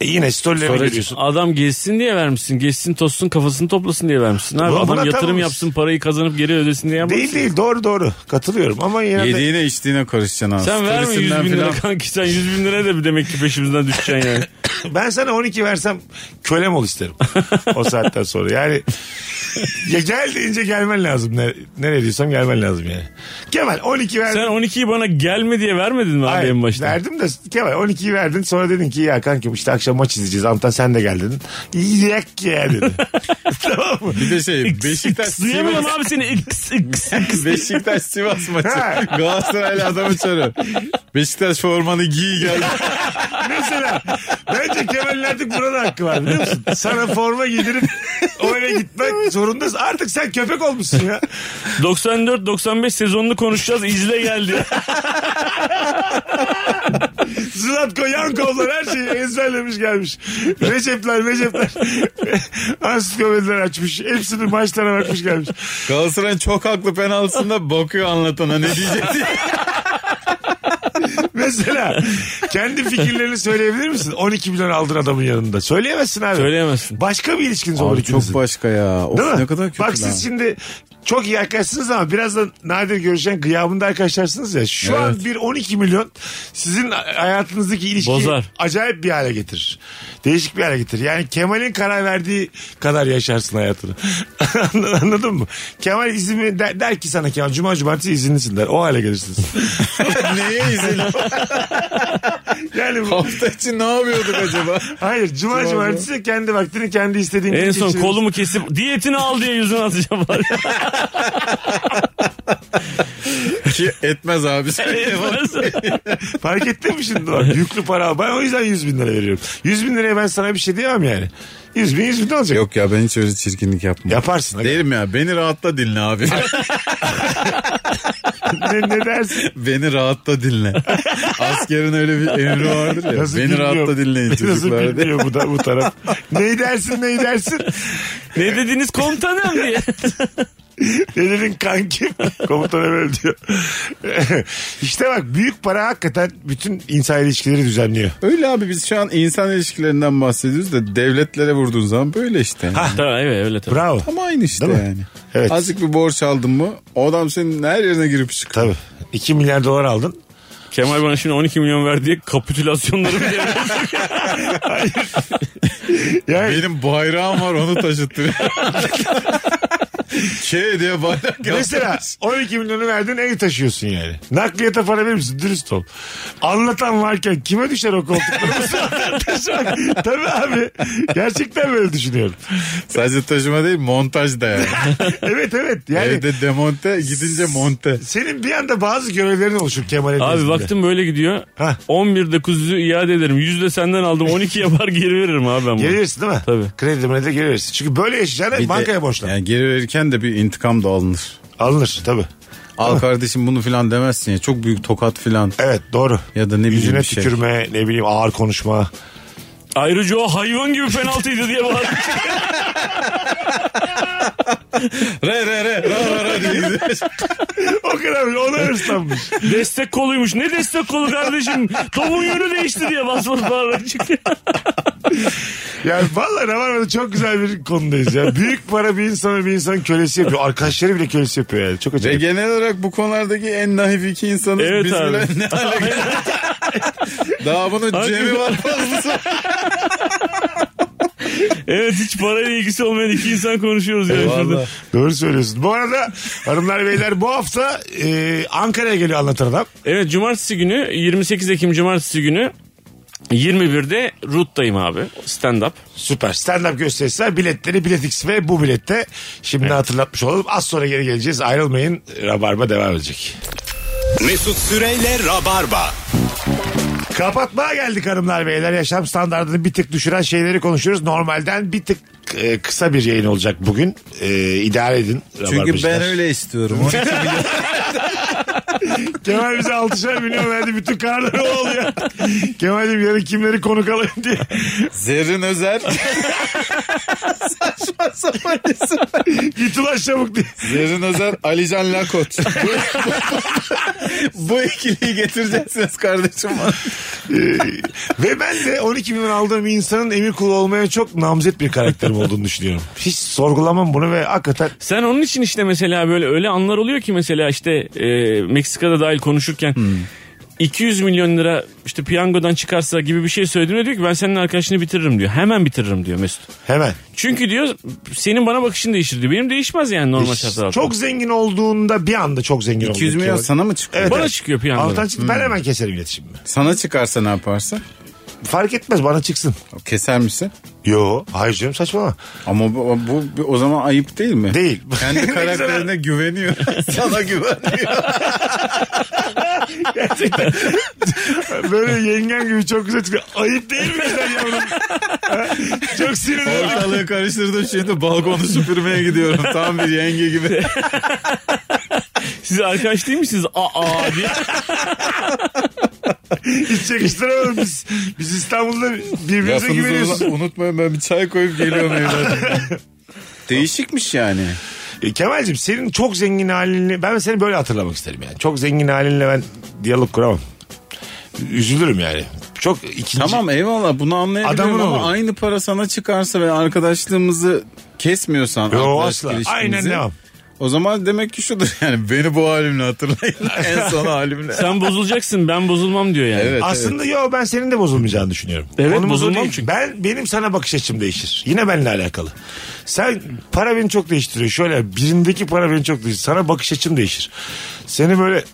Speaker 3: E yine storylerine
Speaker 4: Sonra-
Speaker 3: giriyorsun.
Speaker 5: Adam gezsin diye vermişsin. Gezsin tozsun kafasını toplasın diye vermişsin. Abi
Speaker 3: Buna-
Speaker 5: adam
Speaker 3: buna
Speaker 5: yatırım
Speaker 3: tamamız.
Speaker 5: yapsın parayı kazanıp geri ödesin diye yapmışsın.
Speaker 3: Değil değil doğru doğru katılıyorum ama yine de-
Speaker 4: Yediğine içtiğine karışacaksın abi.
Speaker 5: Sen verme 100
Speaker 4: Storiesinden
Speaker 5: bin lira
Speaker 4: falan.
Speaker 5: kanki sen 100 bin lira da demek ki peşimizden düşeceksin
Speaker 3: (laughs)
Speaker 5: yani.
Speaker 3: Ben sana 12 versem kölem ol isterim. o saatten sonra.
Speaker 4: (laughs)
Speaker 3: Yani ya gel deyince gelmen lazım. Ne, nereye diyorsam gelmen lazım yani. Kemal 12 verdin.
Speaker 5: sen 12'yi bana gelme diye vermedin mi abi
Speaker 3: Hayır,
Speaker 5: en başta?
Speaker 3: Verdim de Kemal 12'yi verdin. Sonra dedin ki ya kankim işte akşam maç izleyeceğiz. Antan sen de gel dedin. Yiyek ya dedi. tamam mı?
Speaker 4: Bir de
Speaker 5: (laughs)
Speaker 4: şey Beşiktaş
Speaker 5: Duyamıyorum
Speaker 4: Sivas.
Speaker 5: abi seni. X, X,
Speaker 4: (laughs)
Speaker 5: X.
Speaker 4: Beşiktaş Sivas maçı.
Speaker 3: Ha.
Speaker 4: Galatasaraylı adamı çağırıyor. Beşiktaş formanı giy gel.
Speaker 3: Mesela bence Kemal'in artık burada hakkı var biliyor musun? Sana forma giydirip oraya gitmek zorundasın. Artık sen köpek olmuşsun ya.
Speaker 5: 94-95 sezonunu konuşacağız.
Speaker 3: (laughs)
Speaker 5: İzle geldi.
Speaker 3: Zlatko Yankovlar her şeyi ezberlemiş gelmiş. Recepler Recepler. (laughs) Ansiklopediler açmış. Hepsini maçlara bakmış gelmiş.
Speaker 4: Galatasaray'ın çok haklı penaltısında bakıyor anlatana ne
Speaker 3: (laughs)
Speaker 4: diyecek diye.
Speaker 3: Mesela kendi fikirlerini söyleyebilir misin? 12 milyon aldın adamın yanında. Söyleyemezsin abi.
Speaker 5: Söyleyemezsin.
Speaker 3: Başka bir ilişkiniz olur
Speaker 4: Abi
Speaker 3: ikinizin.
Speaker 4: çok başka ya. Of,
Speaker 3: Değil mi?
Speaker 4: ne kadar kötü
Speaker 3: Bak
Speaker 4: lan.
Speaker 3: siz şimdi çok iyi arkadaşsınız ama birazdan nadir görüşen gıyabında arkadaşlarsınız ya. Şu an bir 12 milyon sizin hayatınızdaki ilişkiyi
Speaker 5: Bozar.
Speaker 3: acayip bir hale getirir. Değişik bir hale getirir. Yani Kemal'in karar verdiği kadar yaşarsın hayatını. (laughs) Anla- Anladın mı? Kemal izin ver- der, der ki sana Kemal cuma cumartesi izinlisin der. O hale gelirsiniz. (laughs)
Speaker 4: Neye izin?
Speaker 3: Yani bu-
Speaker 4: Hafta için ne yapıyorduk acaba?
Speaker 3: hayır cuma cumartesi kendi vaktini kendi istediğin gibi
Speaker 5: En son
Speaker 3: geçirirsin. (laughs)
Speaker 5: kolumu kesip diyetini al diye yüzüne atacağım.
Speaker 4: Ki etmez abi.
Speaker 3: (laughs) Fark ettin mi şimdi?
Speaker 5: (laughs)
Speaker 3: Bak, yüklü para. Ben o yüzden 100 bin lira veriyorum. 100 bin liraya ben sana bir şey diyemem yani. 100 bin 100 bin olacak.
Speaker 4: Yok ya ben hiç öyle çirkinlik yapmam.
Speaker 3: Yaparsın.
Speaker 4: Derim ya beni rahatla
Speaker 3: (laughs)
Speaker 4: dinle abi.
Speaker 3: ne, ne dersin?
Speaker 4: beni rahatla dinle. Askerin öyle bir emri vardır ya.
Speaker 3: Nasıl
Speaker 4: beni
Speaker 3: bilmiyor?
Speaker 4: rahatla dinleyin
Speaker 3: Nasıl
Speaker 4: çocuklar. diye.
Speaker 3: bilmiyor bu, da, bu taraf? ne dersin ne dersin?
Speaker 5: ne dediniz
Speaker 3: (laughs)
Speaker 5: komutanım diye.
Speaker 3: Ne dedin kankim? Komutan Emel diyor. (laughs) işte bak büyük para hakikaten bütün insan ilişkileri düzenliyor.
Speaker 4: Öyle abi biz şu an insan ilişkilerinden bahsediyoruz da devletlere vurduğun zaman böyle işte.
Speaker 5: tamam evet öyle tabii.
Speaker 3: Bravo.
Speaker 4: Ama aynı işte
Speaker 3: Değil mi?
Speaker 4: yani.
Speaker 3: Evet.
Speaker 4: Azıcık bir borç aldın mı o adam senin her yerine girip çıkıyor.
Speaker 3: Tabii. 2 milyar dolar aldın.
Speaker 5: Kemal bana şimdi 12 milyon ver diye kapitülasyonları bile
Speaker 3: Yani
Speaker 4: Benim bayrağım var onu
Speaker 3: (laughs)
Speaker 4: taşıttırıyor. K Şey diye bayrak
Speaker 3: Mesela 12 milyonu verdin ev taşıyorsun yani. Nakliyete para verir misin? Dürüst ol. Anlatan varken kime düşer o
Speaker 4: (laughs)
Speaker 3: koltukları? Tabii abi. Gerçekten böyle düşünüyorum.
Speaker 4: Sadece taşıma değil montaj da yani.
Speaker 3: Evet evet. (laughs) Yani
Speaker 4: Evde demonte gidince monte.
Speaker 3: senin bir anda bazı görevlerin oluşur Kemal'e.
Speaker 5: Abi baktım böyle gidiyor.
Speaker 3: Hah.
Speaker 5: 11'de kuzuyu iade ederim. %100'de senden aldım. 12 yapar (laughs) geri veririm abi ben bunu.
Speaker 3: Geri verirsin değil mi?
Speaker 5: Tabii.
Speaker 3: Kredi mredi geri verirsin. Çünkü böyle yaşayacağına
Speaker 4: Bir
Speaker 3: bankaya
Speaker 4: de-
Speaker 3: borçlan.
Speaker 4: Yani geri verirken de bir intikam da alınır.
Speaker 3: Alınır tabii.
Speaker 4: Al kardeşim bunu filan demezsin ya. Çok büyük tokat filan.
Speaker 3: Evet doğru.
Speaker 4: Ya da ne bileyim
Speaker 3: Yüzüne
Speaker 4: bir şey.
Speaker 3: tükürme ne bileyim ağır
Speaker 4: (laughs)
Speaker 3: konuşma.
Speaker 5: Ayrıca o hayvan gibi penaltıydı diye bağırdım.
Speaker 4: Re re re re re re diye gidiyor.
Speaker 3: o kadar ona hırslanmış.
Speaker 5: destek koluymuş. Ne destek kolu kardeşim? Topun yönü değişti diye bas bas bağırdım.
Speaker 3: Yani valla Rabarba'da çok güzel bir konudayız ya. Büyük para bir insanı bir insan kölesi yapıyor. Arkadaşları bile kölesi yapıyor yani. Çok
Speaker 4: Ve
Speaker 3: acayip.
Speaker 4: genel olarak bu konulardaki en naif iki insanız.
Speaker 5: Evet
Speaker 4: Biz
Speaker 5: abi.
Speaker 4: bile ne hale
Speaker 5: (laughs)
Speaker 4: geldik. Daha bunun
Speaker 5: Hakikaten.
Speaker 4: cemi var fazlası.
Speaker 5: evet hiç parayla ilgisi olmayan iki insan konuşuyoruz yani şurada.
Speaker 4: Vallahi.
Speaker 3: Doğru söylüyorsun. Bu arada hanımlar beyler bu hafta e, Ankara'ya geliyor anlatan adam.
Speaker 5: Evet cumartesi günü 28 Ekim cumartesi günü 21'de Root'tayım abi. Stand up.
Speaker 3: Süper. Stand-up gösterisi var. Biletleri Bilet X ve bu bilette. Şimdi hatırlatmış olalım. Az sonra geri geleceğiz. Ayrılmayın. Rabarba devam edecek.
Speaker 2: Mesut Süreyle Rabarba.
Speaker 3: Kapatmaya geldik hanımlar beyler. Yaşam standartını bir tık düşüren şeyleri konuşuyoruz. Normalden bir tık e, kısa bir yayın olacak bugün. E, idare edin.
Speaker 4: Çünkü
Speaker 3: Rabarbacılar.
Speaker 4: ben öyle istiyorum.
Speaker 3: Kemal bize altışar milyon verdi. Bütün kararları o oluyor. Kemal'im yarın kimleri konuk alayım diye.
Speaker 4: (laughs) Zerrin (laughs) Özer. Saçma sapan isim.
Speaker 3: Git ulaş çabuk diye.
Speaker 4: Zerrin Özer, Alican Lakot. bu, bu ikiliyi getireceksiniz kardeşim.
Speaker 3: E, ve ben de 12 milyon aldığım insanın emir kulu olmaya çok namzet bir karakterim olduğunu düşünüyorum. Hiç sorgulamam bunu ve hakikaten
Speaker 5: Sen onun için işte mesela böyle öyle anlar oluyor ki mesela işte e, Meksika'da dahil konuşurken
Speaker 3: Hmm.
Speaker 5: 200 milyon lira işte piyangodan çıkarsa gibi bir şey söylediğinde diyor ki ben senin arkadaşını bitiririm diyor. Hemen bitiririm diyor Mesut.
Speaker 3: hemen.
Speaker 5: Çünkü diyor senin bana bakışın değişir diyor. Benim değişmez yani normal şartlar altında.
Speaker 3: Çok zengin olduğunda bir anda çok zengin
Speaker 4: 200 milyon
Speaker 3: olduk Kemal.
Speaker 4: sana Hmm. mı çıkıyor?
Speaker 3: Evet,
Speaker 5: Bana
Speaker 3: evet.
Speaker 5: çıkıyor piyangodan.
Speaker 3: Altan çıktı ben hemen keserim iletişimimi.
Speaker 4: Sana çıkarsa ne yaparsın?
Speaker 3: Fark etmez bana çıksın.
Speaker 4: Keser misin?
Speaker 3: Yo hayır canım saçmalama.
Speaker 4: Ama bu, bu- bu o zaman ayıp değil mi?
Speaker 3: Değil. (laughs) Ne
Speaker 4: (laughs) Kendi
Speaker 3: güzel.
Speaker 4: karakterine güveniyor. Sana güveniyor.
Speaker 3: Böyle yengen gibi çok güzel çıkıyor. Ayıp değil mi sen yavrum? Ha? çok sinirlendim.
Speaker 4: Ortalığı karıştırdım şimdi balkonu süpürmeye gidiyorum. Tam bir yenge gibi.
Speaker 5: Siz arkadaş değil misiniz? Aa diye.
Speaker 3: Hiç çekiştiremem biz. Biz İstanbul'da birbirimize güveniyoruz.
Speaker 4: Lafınızı unutmayın ben bir çay koyup geliyorum evladım. (laughs) Değişikmiş yani.
Speaker 3: E, Kemal'cim senin çok zengin halini ben seni böyle hatırlamak isterim yani. Çok zengin halinle ben diyalog kuramam. Üzülürüm yani. Çok ikinci.
Speaker 4: Tamam eyvallah bunu anlayabiliyorum
Speaker 3: Adamın
Speaker 4: ama
Speaker 3: oğlu.
Speaker 4: aynı para sana çıkarsa ve arkadaşlığımızı kesmiyorsan
Speaker 3: Yo
Speaker 4: arkadaş
Speaker 3: asla.
Speaker 4: ilişkimizi,
Speaker 3: Aynen devam.
Speaker 4: O zaman demek ki şudur (laughs) yani beni bu halimle
Speaker 3: (laughs)
Speaker 4: hatırlayın en son halimle.
Speaker 5: Sen bozulacaksın ben bozulmam diyor yani.
Speaker 4: Evet,
Speaker 3: Aslında yo ben senin de bozulmayacağını düşünüyorum.
Speaker 5: Evet,
Speaker 3: Konumuz o
Speaker 5: bozulmam
Speaker 3: değil.
Speaker 5: çünkü.
Speaker 3: Ben benim sana bakış açım değişir. Yine benimle alakalı. Sen para beni çok değiştiriyor. Şöyle birindeki para beni çok değiştiriyor. Sana bakış açım değişir. Seni böyle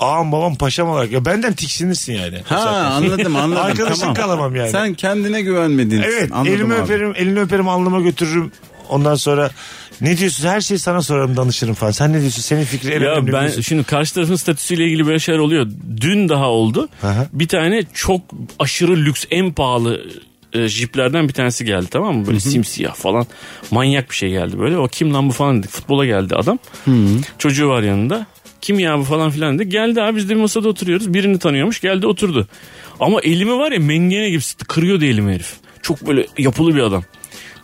Speaker 3: ağam babam paşam olarak ya benden tiksinirsin yani.
Speaker 4: Ha anladım anladım.
Speaker 3: Arkadaşın
Speaker 4: tamam.
Speaker 3: kalamam yani.
Speaker 4: Sen kendine güvenmediğin için.
Speaker 3: Evet
Speaker 4: Anladım
Speaker 3: elimi
Speaker 4: abi.
Speaker 3: öperim elini öperim alnıma götürürüm. Ondan sonra ne diyorsun her şeyi sana sorarım danışırım falan. Sen ne diyorsun senin fikrin en
Speaker 5: Ya
Speaker 3: önemli
Speaker 5: ben
Speaker 3: biliyorsun.
Speaker 5: şimdi karşı tarafın statüsüyle ilgili böyle şeyler oluyor. Dün daha oldu.
Speaker 3: Aha.
Speaker 5: Bir tane çok aşırı lüks en pahalı e, jiplerden bir tanesi geldi tamam mı? Böyle simsiyah falan manyak bir şey geldi böyle. O kim lan bu falan dedik. Futbola geldi adam. Çocuğu var yanında. Kim ya bu falan filan dedi. Geldi abi biz de bir masada oturuyoruz. Birini tanıyormuş geldi oturdu. Ama elimi var ya mengene gibi sıktı. Kırıyordu elimi herif. Çok böyle yapılı bir adam.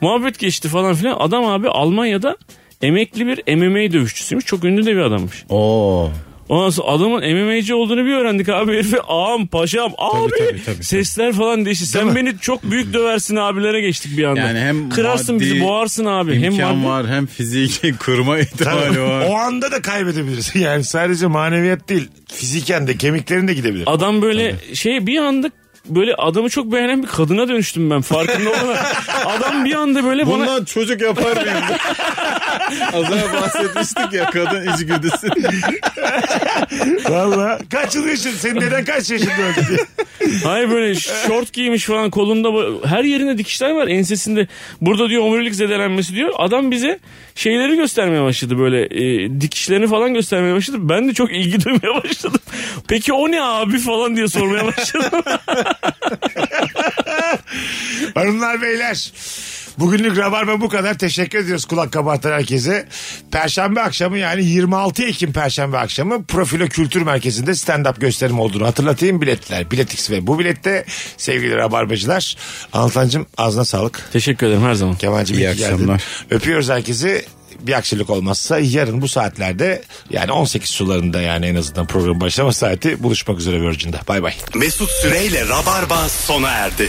Speaker 5: Muhabbet geçti falan filan. Adam abi Almanya'da emekli bir MMA dövüşçüsüymüş. Çok ünlü de bir adammış.
Speaker 4: Oo.
Speaker 5: Ondan sonra adamın MMA'ci olduğunu bir öğrendik abi. Herife ağam paşam abi
Speaker 4: tabii, tabii,
Speaker 5: sesler falan değişti. Sen beni çok büyük döversin abilere geçtik bir anda.
Speaker 4: Yani hem
Speaker 5: Kırarsın
Speaker 4: maddi
Speaker 5: bizi boğarsın abi. Hem
Speaker 4: İmkan
Speaker 5: maddi-
Speaker 4: var hem fiziki (laughs) kurma
Speaker 3: Tabii,
Speaker 4: ihtimali var.
Speaker 3: (laughs) o anda da kaybedebilirsin. Yani sadece maneviyat değil. Fiziken de kemiklerin de gidebilir.
Speaker 5: Adam böyle şey bir anda böyle adamı çok beğenen bir kadına dönüştüm ben
Speaker 4: (laughs)
Speaker 5: farkında olmadan. Adam bir anda böyle bana
Speaker 4: Bundan çocuk yapar mıyım? Az önce bahsetmiştik ya kadın içgüdüsü.
Speaker 3: Valla. Kaç yıl yaşın? Senin deden kaç yaşında öldü diye.
Speaker 5: Hayır böyle şort giymiş falan kolunda bu- her yerinde dikişler var ensesinde. Burada diyor omurilik zedelenmesi diyor. Adam bize şeyleri göstermeye başladı böyle e, dikişlerini falan göstermeye başladı. Ben de çok ilgi duymaya başladım. Peki o ne abi falan diye sormaya başladım.
Speaker 3: Hanımlar beyler. Bugünlük Rabarba bu kadar. Teşekkür ediyoruz kulak kabartan herkese. Perşembe akşamı yani 26 Ekim Perşembe akşamı Profilo Kültür Merkezi'nde stand-up gösterim olduğunu hatırlatayım. Biletler, biletix ve bu bilette sevgili Rabarbacılar. Anlatancım ağzına sağlık.
Speaker 5: (laughs) Teşekkür ederim her zaman.
Speaker 3: Kemal'cim
Speaker 4: İyi
Speaker 3: iyi, ki geldin.
Speaker 4: akşamlar.
Speaker 3: Öpüyoruz herkesi. Bir aksilik olmazsa yarın bu saatlerde yani 18 sularında yani en azından programın başlama saati buluşmak üzere Virgin'de. Bay bay.
Speaker 2: Mesut Süreyle Rabarba sona erdi.